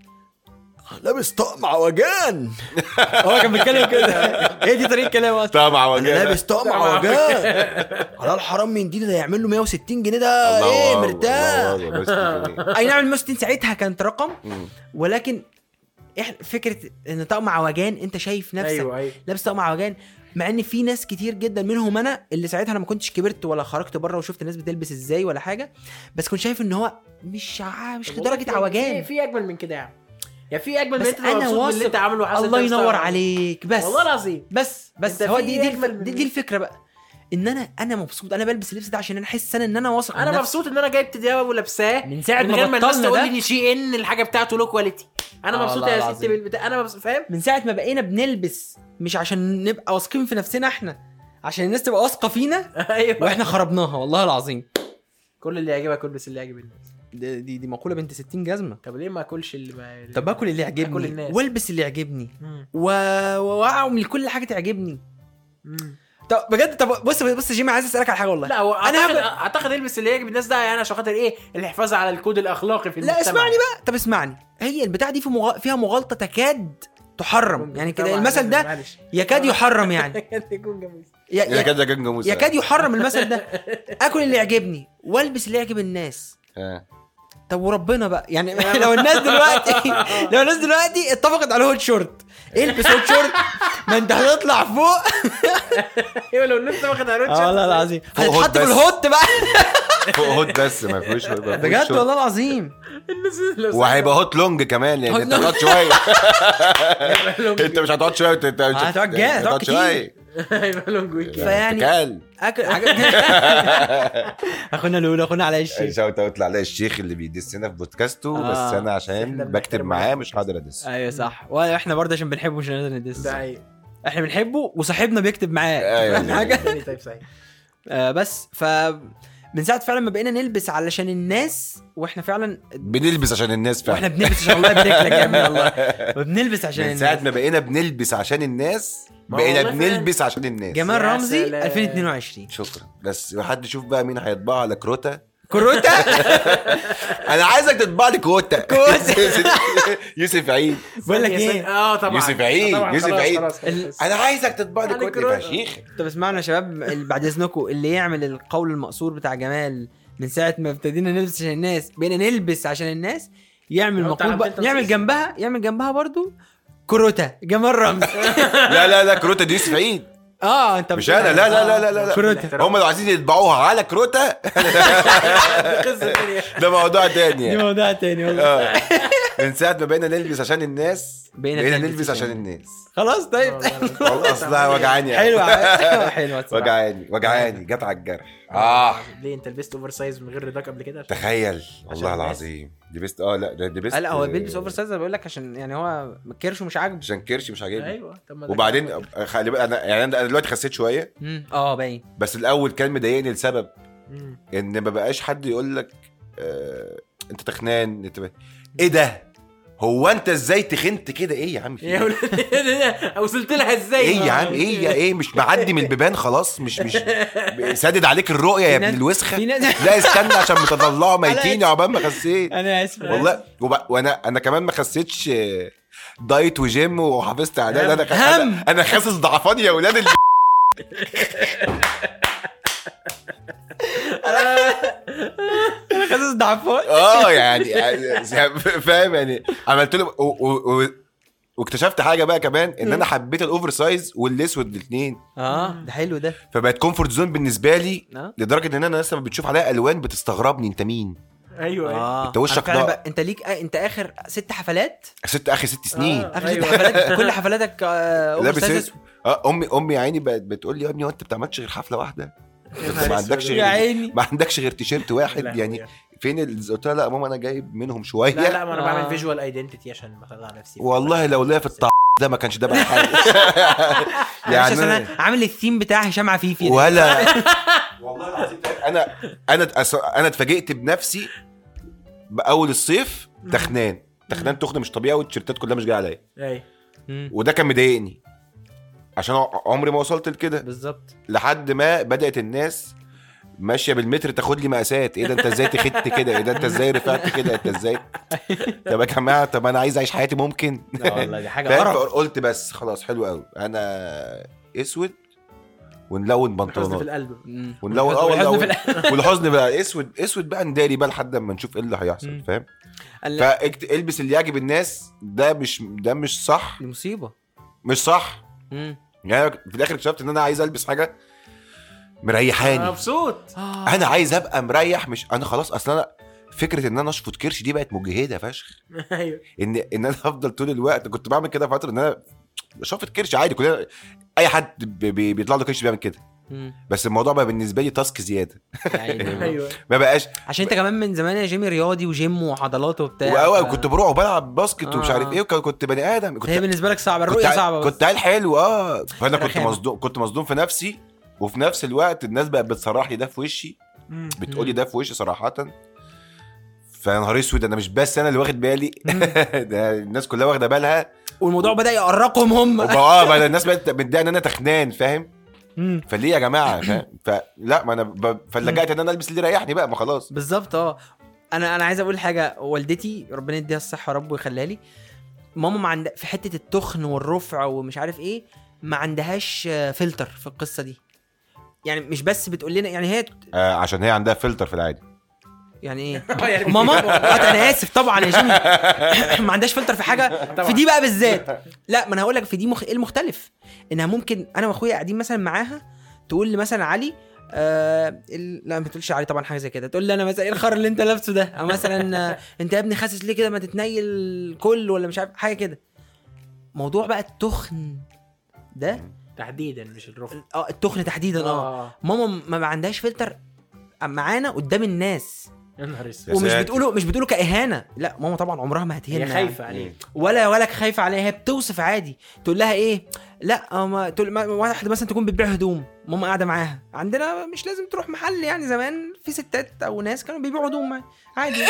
Speaker 1: لابس طقم عوجان [laughs] هو كان بيتكلم [laughs] كده هي دي طريقه كلامه اصلا
Speaker 3: طمع
Speaker 1: انا
Speaker 3: وجاهة.
Speaker 1: لابس طقم عوجان [laughs] على الحرام من دي ده هيعمل له 160 جنيه ده
Speaker 3: الله
Speaker 1: ايه
Speaker 3: أكبر،
Speaker 1: مرتاح
Speaker 3: الله أكبر،
Speaker 1: [laughs]
Speaker 3: بس كده.
Speaker 1: اي نعم ال 160 ساعتها كانت رقم
Speaker 3: مم.
Speaker 1: ولكن احنا فكره ان طقم عوجان انت شايف نفسك
Speaker 2: ايوه ايوه
Speaker 1: لابس طقم عوجان مع ان في ناس كتير جدا منهم انا اللي ساعتها انا ما كنتش كبرت ولا خرجت بره وشفت الناس بتلبس ازاي ولا حاجه بس كنت شايف ان هو مش ع... مش
Speaker 2: طب والله
Speaker 1: لدرجه
Speaker 2: في-
Speaker 1: عوجان
Speaker 2: في في اجمل من كده يا عم يا في اجمل من
Speaker 1: بس
Speaker 2: انت
Speaker 1: أنا
Speaker 2: تبقى مبسوط باللي
Speaker 1: واثق.
Speaker 2: انت عامله وحاسس
Speaker 1: الله
Speaker 2: إنت مستوعب.
Speaker 1: ينور عليك بس
Speaker 2: والله العظيم
Speaker 1: بس بس
Speaker 2: أنت
Speaker 1: هو
Speaker 2: في
Speaker 1: دي دي, الف...
Speaker 2: أجمل من
Speaker 1: دي,
Speaker 2: دي.
Speaker 1: دي الفكره بقى ان انا انا مبسوط انا بلبس اللبس ده عشان انا احس انا ان انا واثق من
Speaker 2: انا
Speaker 1: نفسي.
Speaker 2: مبسوط ان انا جايب دياب ولابساه
Speaker 1: من ساعة
Speaker 2: من
Speaker 1: ما
Speaker 2: غير ما الناس
Speaker 1: بطلنا
Speaker 2: تقول
Speaker 1: ده.
Speaker 2: لي إن شي ان الحاجه بتاعته لو كواليتي انا
Speaker 1: آه
Speaker 2: مبسوط
Speaker 1: والله
Speaker 2: يا ستي
Speaker 1: العظيم.
Speaker 2: بالبتاع انا مبسوط
Speaker 1: [laughs]
Speaker 2: فاهم
Speaker 1: من ساعه ما بقينا بنلبس مش عشان نبقى واثقين في نفسنا احنا عشان الناس تبقى واثقه فينا
Speaker 2: ايوه
Speaker 1: واحنا خربناها والله العظيم
Speaker 2: [laughs] كل اللي يعجبك البس اللي يعجب الناس
Speaker 1: دي دي, دي مقوله بنت 60 جزمه
Speaker 2: طب ليه ما اكلش اللي ما
Speaker 1: طب باكل اللي
Speaker 2: آكل
Speaker 1: يعجبني
Speaker 2: الناس.
Speaker 1: والبس اللي يعجبني
Speaker 2: مم.
Speaker 1: و- واعمل كل حاجه تعجبني
Speaker 2: مم.
Speaker 1: طب بجد طب بص بص يا جيمي عايز اسالك على حاجه والله
Speaker 2: لا هو
Speaker 1: أنا
Speaker 2: اعتقد
Speaker 1: هب-
Speaker 2: اعتقد البس اللي يعجب الناس ده يعني عشان خاطر ايه الحفاظ على الكود الاخلاقي في
Speaker 1: لا
Speaker 2: المجتمع
Speaker 1: اسمعني بقى طب اسمعني هي البتاع دي في مغ... فيها مغالطه تكاد تحرم يعني كده
Speaker 2: طبعاً،
Speaker 1: المثل ده
Speaker 2: معلش.
Speaker 1: يكاد يحرم
Speaker 2: [laughs]
Speaker 1: يعني
Speaker 2: كان يكون جميل
Speaker 1: ي...
Speaker 3: يا
Speaker 1: ي...
Speaker 3: كده كان جاموسة.
Speaker 1: يكاد يحرم المثل ده
Speaker 2: [laughs]
Speaker 1: اكل اللي يعجبني والبس اللي يعجب الناس
Speaker 3: آه.
Speaker 1: طب وربنا بقى يعني [laughs] لو الناس دلوقتي [laughs] لو الناس دلوقتي اتفقت على هوت شورت البس هوت شورت ما انت هتطلع فوق
Speaker 2: ايوه لو الناس واخد عروض
Speaker 1: اه
Speaker 2: [laughs]
Speaker 1: والله العظيم
Speaker 3: فوق هوت
Speaker 1: هتتحط في
Speaker 3: بس.
Speaker 1: الهوت
Speaker 3: [laughs]
Speaker 1: بقى
Speaker 3: فوق هوت بس ما فيهوش ما فيهوش
Speaker 1: بجد
Speaker 3: شغل.
Speaker 1: والله العظيم
Speaker 2: الناس لو
Speaker 3: وهيبقى هوت لونج كمان يعني
Speaker 1: هوت
Speaker 3: انت
Speaker 1: لونج.
Speaker 3: هتقعد شويه
Speaker 2: هيبقى لونج
Speaker 3: [laughs] انت مش هتقعد شويه انت انت- انت-
Speaker 1: هتقعد جاي، هتقعد
Speaker 3: هتقعد يعني
Speaker 1: كتير. يعني.
Speaker 3: شويه
Speaker 2: هيبقى لونج ويكي
Speaker 1: فيعني-
Speaker 3: تكال.
Speaker 1: اكل
Speaker 2: [laughs]
Speaker 1: [laughs] اخونا لولو اخونا علي الشيخ
Speaker 3: شوت اوت لعلاء الشيخ اللي بيدسنا في بودكاسته
Speaker 1: آه.
Speaker 3: بس انا
Speaker 2: إحنا
Speaker 3: عشان بكتب
Speaker 2: بنحترم
Speaker 3: معاه
Speaker 2: البودكاست.
Speaker 3: مش هقدر ادس
Speaker 1: ايوه صح واحنا برضه عشان بنحبه مش هنقدر ندس
Speaker 2: ده حقيقي.
Speaker 1: احنا بنحبه وصاحبنا بيكتب معاه [laughs]
Speaker 3: أيوة.
Speaker 1: فاهم حاجه
Speaker 2: يعني طيب صحيح
Speaker 1: آه بس ف من ساعه فعلا ما بقينا نلبس علشان الناس واحنا فعلا
Speaker 3: بنلبس عشان الناس
Speaker 1: واحنا
Speaker 3: فعلا
Speaker 1: بنلبس عشان والله بنكلك يا ابني والله
Speaker 3: [laughs]
Speaker 1: وبنلبس عشان
Speaker 3: من ساعه
Speaker 1: الناس
Speaker 3: ما بقينا بنلبس عشان الناس
Speaker 2: ما هو
Speaker 3: بقينا
Speaker 2: والله فعلا.
Speaker 3: بنلبس عشان الناس
Speaker 1: جمال
Speaker 2: يا
Speaker 1: رمزي
Speaker 2: سلام.
Speaker 1: 2022
Speaker 3: شكرا بس حد يشوف بقى مين هيطبع على كروتا
Speaker 1: كروتا
Speaker 3: [laughs] انا عايزك تطبع لي كوتا
Speaker 1: كوتا.
Speaker 3: [laughs] يوسف عيد
Speaker 1: بقول لك
Speaker 2: يا سيد-
Speaker 1: ايه
Speaker 2: اه طبعا
Speaker 3: يوسف عيد،
Speaker 2: طبعاً،
Speaker 3: يوسف
Speaker 2: خلاص،
Speaker 3: عيد.
Speaker 2: خلاص، خلاص.
Speaker 3: انا عايزك تطبع لي
Speaker 2: على
Speaker 3: كوتا
Speaker 2: كروتا.
Speaker 3: يا شيخ
Speaker 1: طب اسمعنا يا شباب ال- بعد اذنكم اللي يعمل القول المقصور بتاع جمال من ساعه ما ابتدينا نلبس عشان الناس بقينا نلبس عشان الناس يعمل
Speaker 2: لو
Speaker 1: مقول
Speaker 2: تعرف
Speaker 1: بقى
Speaker 2: أنت
Speaker 1: يعمل
Speaker 2: نسيت.
Speaker 1: جنبها يعمل جنبها برضو كروتا جمال رمزي
Speaker 3: لا لا لا كروتا دي يوسف عيد
Speaker 1: اه انت
Speaker 3: مش انا لا لا لا لا لا, لا.
Speaker 1: كروتا
Speaker 3: هم لو عايزين يطبعوها على كروتا [laughs]
Speaker 2: [laughs] قصه تانية.
Speaker 3: ده موضوع تاني
Speaker 1: دي [laughs]
Speaker 3: يعني.
Speaker 1: موضوع تاني والله
Speaker 3: آه. من ساعه ما بقينا نلبس عشان الناس
Speaker 1: بقينا
Speaker 3: بقينا,
Speaker 1: نلبس
Speaker 3: نلبس
Speaker 1: عشان
Speaker 3: عشان الناس
Speaker 1: خلاص طيب
Speaker 2: والله العظيم.
Speaker 1: [laughs]
Speaker 3: والله اصلها وجعاني يعني.
Speaker 1: حلوه ع- حلوه الصراحة.
Speaker 3: [laughs] وجعاني وجعاني جت على الجرح اه
Speaker 2: ليه انت لبست اوفر سايز من غير رداك قبل كده
Speaker 3: تخيل والله
Speaker 2: الناس.
Speaker 3: العظيم لبست اه لا ده لبست
Speaker 1: آه، لا هو بيلبس اوفر سايز أنا بقول لك عشان يعني هو كرشه مش عاجبه
Speaker 3: عشان كرش مش عاجبني
Speaker 2: ايوه طب ما ده
Speaker 3: وبعدين
Speaker 2: كان-
Speaker 3: أب- خلي بالك انا يعني انا دلوقتي خسيت شويه
Speaker 1: مم. اه باين
Speaker 3: بس الاول كان مضايقني لسبب
Speaker 2: مم.
Speaker 3: ان ما بقاش حد يقول لك آه انت تخنان انت ب- ايه ده هو انت ازاي تخنت كده ايه يا عم
Speaker 2: [laughs]
Speaker 3: في
Speaker 2: يا
Speaker 3: ايه
Speaker 2: ولاد وصلت لها ازاي
Speaker 3: إيه يا عم ايه
Speaker 2: [laughs]
Speaker 3: يا ايه مش معدي من البيبان خلاص مش مش سادد عليك الرؤيه يا
Speaker 1: في
Speaker 3: ابن
Speaker 1: ناس-
Speaker 3: الوسخه
Speaker 1: في ناس
Speaker 3: لا استنى عشان
Speaker 1: [laughs]
Speaker 3: متطلعه ميتين يا عقبال ما خسيت
Speaker 1: انا اسف [laughs]
Speaker 3: والله وب... وانا انا كمان ما خسيتش آه، دايت وجيم وحافظت على ده انا خ...
Speaker 1: هم.
Speaker 3: انا, أنا خاسس ضعفان يا ولاد ال...
Speaker 1: انا خاسس ضعفان
Speaker 3: اه يعني يعني- فاهم يعني عملت له و... و... و... واكتشفت حاجه بقى كمان ان انا حبيت الاوفر سايز والاسود الاثنين
Speaker 1: اه ده حلو ده
Speaker 3: فبقت كومفورت زون بالنسبه لي
Speaker 1: آه.
Speaker 3: لدرجه ان انا لسه لما بتشوف عليها الوان بتستغربني انت مين
Speaker 2: ايوه
Speaker 1: اه
Speaker 3: انت وشك
Speaker 1: أنا فعلاً
Speaker 3: ده-
Speaker 1: بقى- انت ليك آه، انت اخر ست حفلات
Speaker 3: ست اخي ست سنين
Speaker 2: آه.
Speaker 1: اخر ست
Speaker 2: أيوة.
Speaker 1: حفلات كل حفلاتك آه، أوفر
Speaker 3: لابس
Speaker 1: سايز
Speaker 3: إيه؟
Speaker 1: أسود.
Speaker 3: اه امي امي يا عيني بقت بتقول لي يا ابني هو انت ما بتعملش غير حفله واحده ما عندكش
Speaker 1: يا
Speaker 3: غير-
Speaker 1: عيني
Speaker 3: [laughs] ما عندكش غير تيشيرت واحد
Speaker 2: لا،
Speaker 3: يعني فين ال- قلت لها لا يا ماما انا جايب منهم شويه
Speaker 2: لا لا ما انا
Speaker 1: آه.
Speaker 2: بعمل فيجوال ايدنتيتي عشان بطلع نفسي
Speaker 3: والله لو لا في الطع ده ما كانش ده بقى حاجه
Speaker 1: يعني
Speaker 3: يعني أنا-
Speaker 1: انا عامل الثيم بتاع هشام عفيفي ده.
Speaker 3: ولا والله العظيم انا انا اتأس- انا اتفاجئت بنفسي باول الصيف تخنان تخنان تخن مش طبيعي والتيشيرتات كلها مش جايه عليا
Speaker 2: اي
Speaker 1: مم.
Speaker 3: وده كان مضايقني عشان ع- عمري ما وصلت لكده
Speaker 1: بالظبط
Speaker 3: لحد ما بدات الناس ماشيه بالمتر تاخد لي مقاسات ايه ده انت ازاي تخدت كده ايه ده انت ازاي رفعت كده انت ازاي طب يا جماعه طب انا عايز اعيش حياتي ممكن
Speaker 1: لا والله دي
Speaker 2: [laughs]
Speaker 1: حاجه قرف
Speaker 3: فاهم؟ قلت بس خلاص حلو قوي انا اسود ونلون
Speaker 2: الحزن
Speaker 3: بنطلونات
Speaker 2: في القلب
Speaker 1: مم.
Speaker 3: ونلون اه
Speaker 1: والحزن في
Speaker 3: والله [laughs] والحزن بقى اسود اسود بقى نداري بقى لحد ما نشوف ايه اللي هيحصل
Speaker 1: مم.
Speaker 3: فاهم
Speaker 1: قال لك
Speaker 3: فالبس اللي يعجب الناس ده مش ده مش صح
Speaker 1: دي مصيبه
Speaker 3: مش صح
Speaker 1: مم.
Speaker 3: يعني أنا في الاخر اكتشفت ان انا عايز البس حاجه
Speaker 2: انا
Speaker 3: مريحاني
Speaker 2: مبسوط [laughs]
Speaker 1: آه.
Speaker 3: انا عايز ابقى مريح مش انا خلاص اصل انا فكره ان انا اشفط كرش دي بقت مجهده فشخ
Speaker 2: ايوه
Speaker 3: ان ان [laughs] انا افضل طول الوقت كنت بعمل كده فتره ان انا شفت كرش عادي كلنا اي حد بي- بي- بيطلع له كرش بيعمل كده
Speaker 1: مم.
Speaker 3: بس الموضوع بقى بالنسبه لي تاسك
Speaker 1: [laughs]
Speaker 3: زياده
Speaker 1: يعني
Speaker 2: ايوه
Speaker 3: ما بقاش
Speaker 1: عشان انت كمان من زمان يا جيمي رياضي وجيم وعضلات وبتاع
Speaker 3: واول
Speaker 1: ف-
Speaker 3: كنت بروح وبلعب باسكت ومش
Speaker 1: آه.
Speaker 3: عارف ايه وكنت كنت بني ادم
Speaker 1: هي
Speaker 3: كنت
Speaker 1: بالنسبه لك صعبه
Speaker 3: كنت
Speaker 1: الرؤيه
Speaker 3: عيل-
Speaker 1: صعبه بس
Speaker 3: كنت عيل حلو اه فانا كنت
Speaker 1: رخامة.
Speaker 3: مصدوم كنت مصدوم في نفسي وفي نفس الوقت الناس بقت بتصرح لي ده في وشي
Speaker 2: مم.
Speaker 3: بتقولي ده في وشي صراحه فيا نهار اسود انا مش بس انا اللي واخد بالي [laughs] ده الناس كلها واخده بالها
Speaker 1: والموضوع بدا يقرقهم هم
Speaker 3: وبقى- اه بقى الناس بقت متضايقه ان انا تخنان فاهم
Speaker 1: مم.
Speaker 3: فليه يا جماعه فاهم فلا ما انا ب... فلجأت ان انا البس اللي يريحني بقى ما خلاص
Speaker 1: بالظبط اه انا انا عايز اقول حاجه والدتي ربنا يديها الصحه يا رب ويخليها لي ماما ما عند في حته التخن والرفع ومش عارف ايه ما عندهاش آه، فلتر في القصه دي يعني مش بس بتقول لنا يعني هي
Speaker 3: آه عشان هي عندها فلتر في العادي
Speaker 1: يعني ايه
Speaker 2: آه، يعني-
Speaker 1: ماما آه، انا اسف طبعا يا جيمي ما عندهاش فلتر في حاجه
Speaker 2: طبعاً.
Speaker 1: في دي بقى بالذات لا ما انا هقول لك في دي مخ... إيه المختلف انها ممكن انا واخويا قاعدين مثلا معاها تقول لي مثلا علي آه ال- لا ما تقولش علي طبعا حاجه زي كده تقول لي انا مثلا ايه الخر اللي انت لابسه ده او مثلا آه، انت يا ابني خاسس ليه كده ما تتنيل كل ولا مش عارف حاجه كده موضوع بقى التخن ده
Speaker 2: تحديدا مش الرفض
Speaker 1: اه التخن تحديدا
Speaker 2: آه.
Speaker 1: اه ماما ما عندهاش فلتر آه، معانا قدام الناس
Speaker 2: يا نهار اسود
Speaker 3: يا
Speaker 1: ومش
Speaker 3: ساتر.
Speaker 1: بتقوله مش بتقوله كاهانه لا ماما طبعا عمرها ما هتهيننا
Speaker 2: هي خايفه
Speaker 3: يعني.
Speaker 2: عليك
Speaker 1: ولا ولا خايفه عليها هي بتوصف عادي تقول لها ايه لا آه، ما تقول ما واحده مثلا تكون بتبيع هدوم ماما قاعده معاها عندنا مش لازم تروح محل يعني زمان في ستات او ناس كانوا بيبيعوا هدوم
Speaker 3: [laughs]
Speaker 1: عادي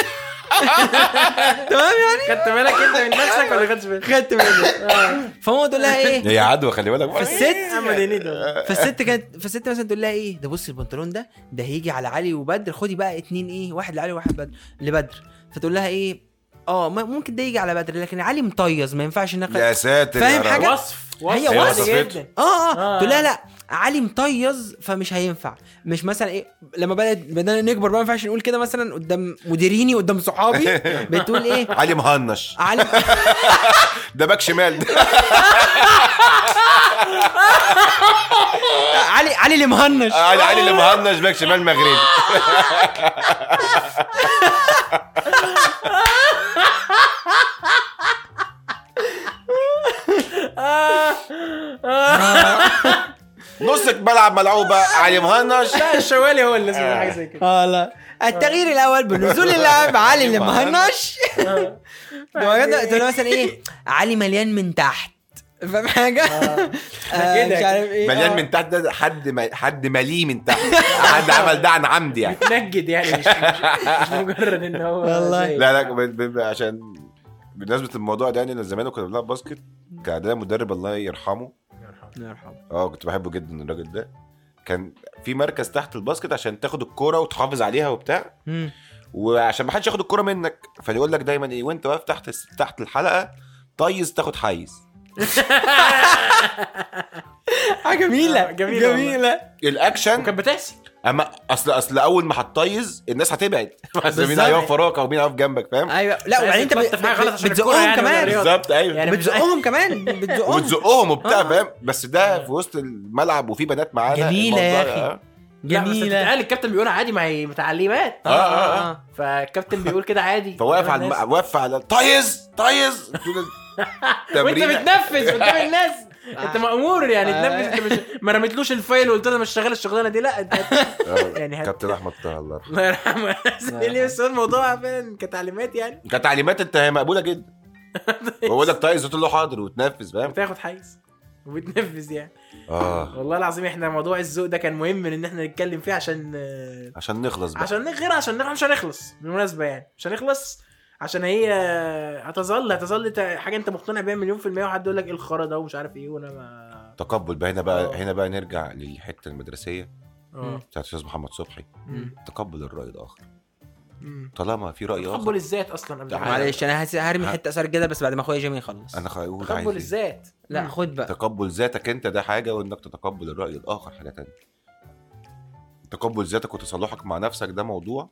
Speaker 1: تمام يعني
Speaker 2: خدت بالك انت من نفسك ولا خدتش بالك؟
Speaker 1: خدت مني
Speaker 3: آه.
Speaker 1: فماما تقول لها ايه
Speaker 3: هي عدوى خلي بالك
Speaker 1: في الست
Speaker 2: عمل ايه
Speaker 3: آه.
Speaker 2: ده؟
Speaker 1: فالست كانت فالست مثلا تقول لها ايه ده بصي البنطلون ده ده هيجي على علي وبدر خدي بقى اتنين ايه واحد لعلي وواحد بدر لبدر فتقول لها ايه اه ما- ممكن ده يجي على بدر لكن علي مطيز ما ينفعش
Speaker 3: يا
Speaker 1: ناخد
Speaker 3: ساتر
Speaker 1: فاهم
Speaker 3: يا
Speaker 1: حاجة؟
Speaker 3: رب.
Speaker 2: وصف وصف
Speaker 1: هي
Speaker 2: عالي
Speaker 3: وصفته.
Speaker 2: جدا
Speaker 1: اه اه
Speaker 2: آه.
Speaker 1: تقول لها لا علي مطيز فمش هينفع مش مثلا ايه لما بدات بدانا نكبر بقى ما ينفعش نقول كده مثلا قدام مديريني قدام صحابي
Speaker 3: [laughs]
Speaker 1: بتقول ايه
Speaker 3: علي مهنش
Speaker 1: علي [laughs]
Speaker 3: ده باك شمال ده
Speaker 1: علي علي اللي مهنش
Speaker 3: [laughs] علي علي اللي مهنش باك شمال مغربي نصك بلعب ملعوبه علي مهنش
Speaker 2: لا الشوالي هو اللي اسمه حاجه زي كده
Speaker 1: اه لا التغيير الاول بنزول اللاعب علي اللي مهنش
Speaker 2: طيب.
Speaker 1: ده تقول له مثلا
Speaker 2: [laughs]
Speaker 1: ايه علي مليان من تحت فاهم حاجه؟ [laughs] آه،
Speaker 2: كده.
Speaker 1: مش عارف ايه
Speaker 3: مليان
Speaker 1: آه.
Speaker 3: من تحت ده حد ما حد ماليه من تحت حد عمل ده عن عمد يعني
Speaker 2: متنجد يعني مش, مش مجرد ان هو
Speaker 1: والله.
Speaker 2: زي-
Speaker 3: لا لا ب- ب- ب- عشان بالنسبه للموضوع ده يعني انا زمان كنا بنلعب باسكت كان عندنا مدرب الله يرحمه
Speaker 1: الله يرحمه
Speaker 3: اه كنت بحبه جدا الراجل ده كان في مركز تحت الباسكت عشان تاخد الكوره وتحافظ عليها وبتاع
Speaker 1: مم.
Speaker 3: وعشان ما حدش ياخد الكوره منك فيقول لك دايما ايه وانت واقف تحت تحت الحلقه طيز تاخد حيز
Speaker 1: حاجه جميله
Speaker 2: آه، جميلة والله.
Speaker 1: جميله
Speaker 3: الاكشن
Speaker 2: وكانت بتحسن
Speaker 3: اما اصل اصل اول ما هتطيز الناس هتبعد [laughs] اصل مين
Speaker 1: بالظبط.
Speaker 3: هيقف وراك او مين هيقف جنبك فاهم
Speaker 1: ايوه لا
Speaker 2: أيوة،
Speaker 1: وبعدين انت
Speaker 2: بتحط في حاجة غلط
Speaker 1: ب-
Speaker 2: عشان الكورة
Speaker 1: بتزقهم
Speaker 2: يعني ولا
Speaker 1: كمان
Speaker 2: الرياضة.
Speaker 3: بالظبط ايوه
Speaker 2: يعني مش-
Speaker 1: بتزقهم
Speaker 2: [laughs]
Speaker 1: كمان بتزقهم
Speaker 3: وتزقهم وبتاع
Speaker 1: آه.
Speaker 3: فاهم بس ده في وسط الملعب وفي بنات معانا
Speaker 1: جميلة يا
Speaker 3: الموضوع-
Speaker 1: أخي.
Speaker 3: آه.
Speaker 2: لا بس
Speaker 1: جميله
Speaker 2: بتتقال الكابتن بيقول عادي ما هي متعلمات
Speaker 3: آه، آه، آه.
Speaker 2: فالكابتن بيقول كده عادي
Speaker 3: [laughs] فواقف على
Speaker 2: الناس.
Speaker 3: الم- واقف على طيز طيز طول
Speaker 1: [laughs]
Speaker 2: وانت
Speaker 3: التمرين.
Speaker 2: بتنفذ قدام
Speaker 3: [laughs]
Speaker 2: الناس انت مأمور يعني
Speaker 1: آه.
Speaker 2: تنفذ انت مش ما رميتلوش الفايل وقلت له انا مش شغال الشغلانه دي لا انت
Speaker 3: آه.
Speaker 2: يعني هت-
Speaker 3: كابتن احمد طه الله يرحمه
Speaker 2: [laughs] الله يرحمه بس ليه بس هو الموضوع فعلا كتعليمات يعني [laughs]
Speaker 3: كتعليمات انت هي مقبوله جدا بقول لك طيب قلت له حاضر وتنفذ فاهم
Speaker 2: بتاخد حيز وبتنفذ يعني
Speaker 3: اه
Speaker 2: والله العظيم احنا موضوع الذوق ده كان مهم ان احنا نتكلم فيه عشان آه،
Speaker 3: عشان نخلص بقى
Speaker 2: عشان نخ- غير عشان نخ- مش هنخلص بالمناسبه يعني مش هنخلص عشان هي آه، هتظل هتظل تا- حاجه انت مقتنع بيها مليون في الميه وحد يقول لك ايه الخرا ده ومش عارف ايه وانا ما
Speaker 3: تقبل بقى هنا بقى
Speaker 2: آه.
Speaker 3: هنا بقى نرجع للحته المدرسيه
Speaker 2: اه
Speaker 3: بتاعت الاستاذ محمد صبحي
Speaker 2: مم.
Speaker 3: تقبل الراي الاخر
Speaker 2: مم.
Speaker 3: طالما في راي
Speaker 2: تقبل
Speaker 3: اخر
Speaker 2: الذات اصلا قبل
Speaker 3: تعال.
Speaker 2: ما-
Speaker 1: معلش انا هس- هرمي
Speaker 3: ها.
Speaker 1: حته اثار كده بس بعد ما اخويا جيمي يخلص
Speaker 3: انا هقول عايز
Speaker 2: تقبل
Speaker 3: إيه.
Speaker 2: الذات
Speaker 1: لا
Speaker 2: مم.
Speaker 1: خد بقى
Speaker 3: تقبل ذاتك انت ده حاجه وانك تتقبل الراي الاخر حاجه تانية تقبل ذاتك وتصالحك مع نفسك ده موضوع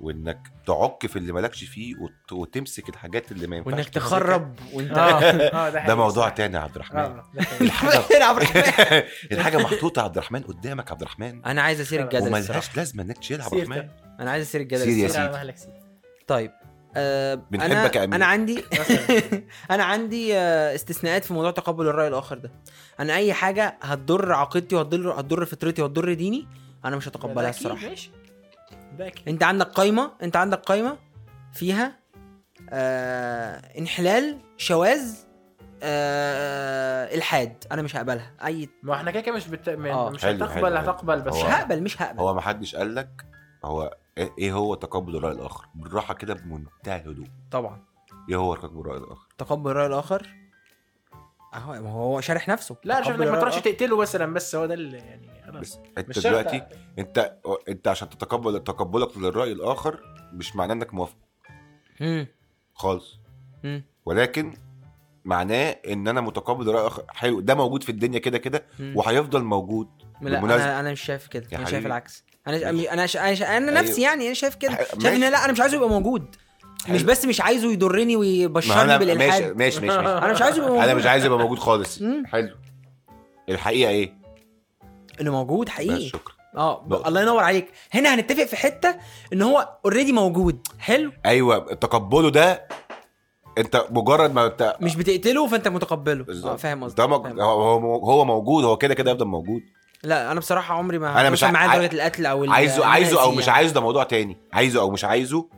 Speaker 3: وانك تعك في اللي مالكش فيه وت... وتمسك الحاجات اللي ما ينفعش
Speaker 1: وانك
Speaker 3: تمسكها.
Speaker 1: تخرب وانت
Speaker 2: [laughs] اه
Speaker 1: [laughs]
Speaker 2: آه،
Speaker 3: ده
Speaker 2: حقيقي
Speaker 3: موضوع
Speaker 2: صح.
Speaker 3: تاني يا عبد الرحمن
Speaker 2: اه ده حقيقي.
Speaker 3: الحاجه
Speaker 1: عبد الرحمن.
Speaker 3: الحاجه محطوطه يا عبد الرحمن قدامك يا عبد الرحمن
Speaker 1: انا عايز اسير الجدل الصراحه
Speaker 3: وملهاش لازمه انك تشيلها يا عبد
Speaker 2: سيرتك.
Speaker 3: الرحمن
Speaker 1: انا عايز اسير الجدل
Speaker 3: سير يا
Speaker 1: الصراحة.
Speaker 2: سير على
Speaker 3: سيدي.
Speaker 2: مهلك سيدي
Speaker 1: طيب أه
Speaker 3: بنحبك
Speaker 1: انا
Speaker 3: يا أمير.
Speaker 1: انا عندي
Speaker 2: مثلاً.
Speaker 1: [laughs] انا عندي آه، استثناءات في موضوع تقبل الراي الاخر ده انا اي حاجه هتضر عقيدتي وهتضر هتضر فطرتي وهتضر ديني انا مش
Speaker 2: ده
Speaker 1: هتقبلها
Speaker 2: أكيد،
Speaker 1: الصراحه
Speaker 2: ماشي ده اكيد
Speaker 1: انت عندك قايمه انت عندك قايمه فيها آه انحلال شواذ آه الحاد انا مش هقبلها اي
Speaker 2: ما احنا كده كده مش بت... م-
Speaker 1: آه.
Speaker 2: مش
Speaker 3: حلو،
Speaker 2: هتقبل
Speaker 3: حلو، حلو.
Speaker 2: هتقبل بس
Speaker 1: مش
Speaker 3: هو-
Speaker 1: هقبل مش هقبل
Speaker 3: هو ما حدش قال لك هو ايه إيه هو تقبل الراي الاخر بالراحه كده بمنتهى الهدوء
Speaker 1: طبعا
Speaker 3: ايه هو تقبل الراي الاخر
Speaker 1: تقبل الراي الاخر اهو ما هو شارح نفسه
Speaker 2: لا انا شايف
Speaker 1: تقبل
Speaker 2: انك ما
Speaker 1: الرأي
Speaker 2: تروحش
Speaker 1: الآخر.
Speaker 2: تقتله مثلا بس هو ده اللي يعني خلاص
Speaker 3: بس انت
Speaker 2: مش شرط.
Speaker 3: دلوقتي انت انت عشان تتقبل تقبلك للراي الاخر مش معناه انك موافق
Speaker 1: مم،
Speaker 3: خالص
Speaker 1: مم،
Speaker 3: ولكن معناه ان انا متقبل راي اخر حلو ده موجود في الدنيا كده كده
Speaker 1: مم.
Speaker 3: وهيفضل موجود
Speaker 1: لا
Speaker 3: بالمناسبة-
Speaker 1: انا انا مش شايف كده انا شايف
Speaker 3: حبيبي.
Speaker 1: العكس انا انا انا, ش... أنا, ش... أنا
Speaker 3: أيوة.
Speaker 1: نفسي يعني انا شايف كده
Speaker 3: ح-
Speaker 1: شايف
Speaker 3: ماشي.
Speaker 1: ان لا انا مش عايزه يبقى موجود مش
Speaker 3: حلو.
Speaker 1: بس مش عايزه يضرني
Speaker 3: ما
Speaker 1: ويبشرني
Speaker 3: انا ماشي ماشي
Speaker 1: بالالحاد [laughs]
Speaker 3: ماشي, ماشي.
Speaker 1: انا مش عايزه يبقى موجود
Speaker 3: انا مش عايز يبقى موجود خالص
Speaker 1: مم.
Speaker 3: حلو الحقيقه ايه
Speaker 1: انه موجود
Speaker 3: بس
Speaker 1: حقيقي
Speaker 3: شكرا
Speaker 1: اه ب-
Speaker 3: نقطة.
Speaker 1: الله ينور عليك هنا هنتفق في حته ان هو اوريدي موجود حلو
Speaker 3: ايوه تقبله ده انت مجرد ما انت
Speaker 1: مش بتقتله فانت متقبله
Speaker 3: بالظبط.
Speaker 1: آه، فاهم قصدي
Speaker 3: ده مج...
Speaker 1: فاهم.
Speaker 3: هو هو- هو موجود هو كده كده هيفضل موجود
Speaker 1: لا انا بصراحه عمري ما
Speaker 3: أنا مش
Speaker 1: هتوصل
Speaker 3: ع-
Speaker 1: معاه
Speaker 3: عاي-
Speaker 1: لدرجه القتل او ال-
Speaker 3: عايزه عايزه او
Speaker 1: النأس
Speaker 3: مش
Speaker 1: يعني.
Speaker 3: عايزه ده موضوع تاني عايزه او مش عايزه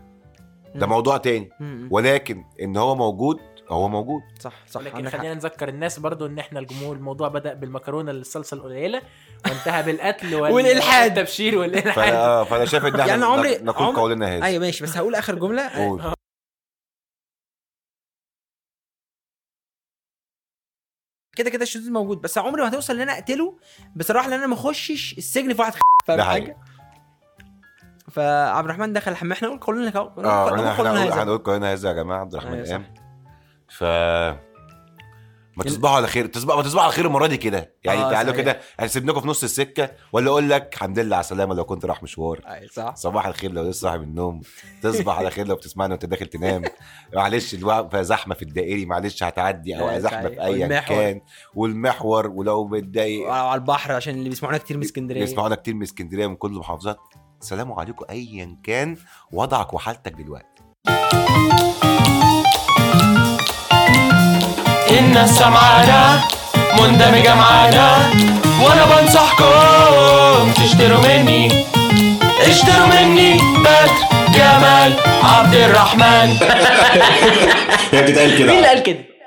Speaker 3: ده
Speaker 1: مم.
Speaker 3: موضوع تاني
Speaker 1: مم، مم.
Speaker 3: ولكن ان هو موجود هو موجود
Speaker 1: صح صح
Speaker 2: لكن
Speaker 1: عندك حق.
Speaker 2: إيه، خلينا نذكر الناس برضو ان احنا الجمهور الموضوع بدا بالمكرونه للصلصه القليله وانتهى
Speaker 3: [laughs]
Speaker 2: بالقتل وال...
Speaker 1: والإلحاد.
Speaker 2: والتبشير
Speaker 3: فانا,
Speaker 2: والالحاد
Speaker 3: آه، فأنا شايف ان احنا
Speaker 1: يعني عمري-
Speaker 3: نق- نقول
Speaker 1: عمر-
Speaker 3: قولنا هذا
Speaker 1: ايوه ماشي بس هقول اخر جمله
Speaker 3: قول.
Speaker 1: كده كده الشذوذ موجود بس عمري ما هتوصل ان انا اقتله بصراحه لان انا ما اخشش السجن في واحد خ- فاهم
Speaker 3: ده
Speaker 1: حاجه
Speaker 3: حقيقي
Speaker 1: فعبد الرحمن دخل الحمام احنا نقول كلنا كو- نقول
Speaker 3: اه
Speaker 1: نقول
Speaker 3: احنا
Speaker 1: كلنا
Speaker 3: هنقول-
Speaker 1: هذا.
Speaker 3: هنقول قولنا هذا يا جماعه عبد الرحمن
Speaker 1: أيوة صح.
Speaker 3: قام ف ما تصبحوا على خير تصبحوا ما تصبحوا على خير المره دي كده يعني
Speaker 1: آه،
Speaker 3: تعالوا
Speaker 1: صحيح.
Speaker 3: كده هنسيبناكم في نص السكه ولا اقول لك الحمد لله على السلامه لو كنت رايح مشوار
Speaker 1: أيوة، صح
Speaker 3: صباح الخير لو لسه صاحي من النوم تصبح على خير لو بتسمعنا وانت داخل تنام معلش الوقفه زحمه في الدائري معلش هتعدي او
Speaker 1: أيوة،
Speaker 3: زحمه
Speaker 1: صحيح.
Speaker 3: في ايا
Speaker 1: والمحور.
Speaker 3: كان والمحور ولو متضايق
Speaker 1: وعلى البحر عشان اللي بيسمعونا كتير من اسكندريه
Speaker 3: بيسمعونا كتير من اسكندريه من كل المحافظات سلام عليكم ايا كان وضعك وحالتك دلوقتي
Speaker 4: إن السمعانة مندمجة معانا وأنا بنصحكم تشتروا مني اشتروا مني بدر جمال عبد الرحمن
Speaker 5: هي بتتقال كده
Speaker 4: مين اللي قال كده؟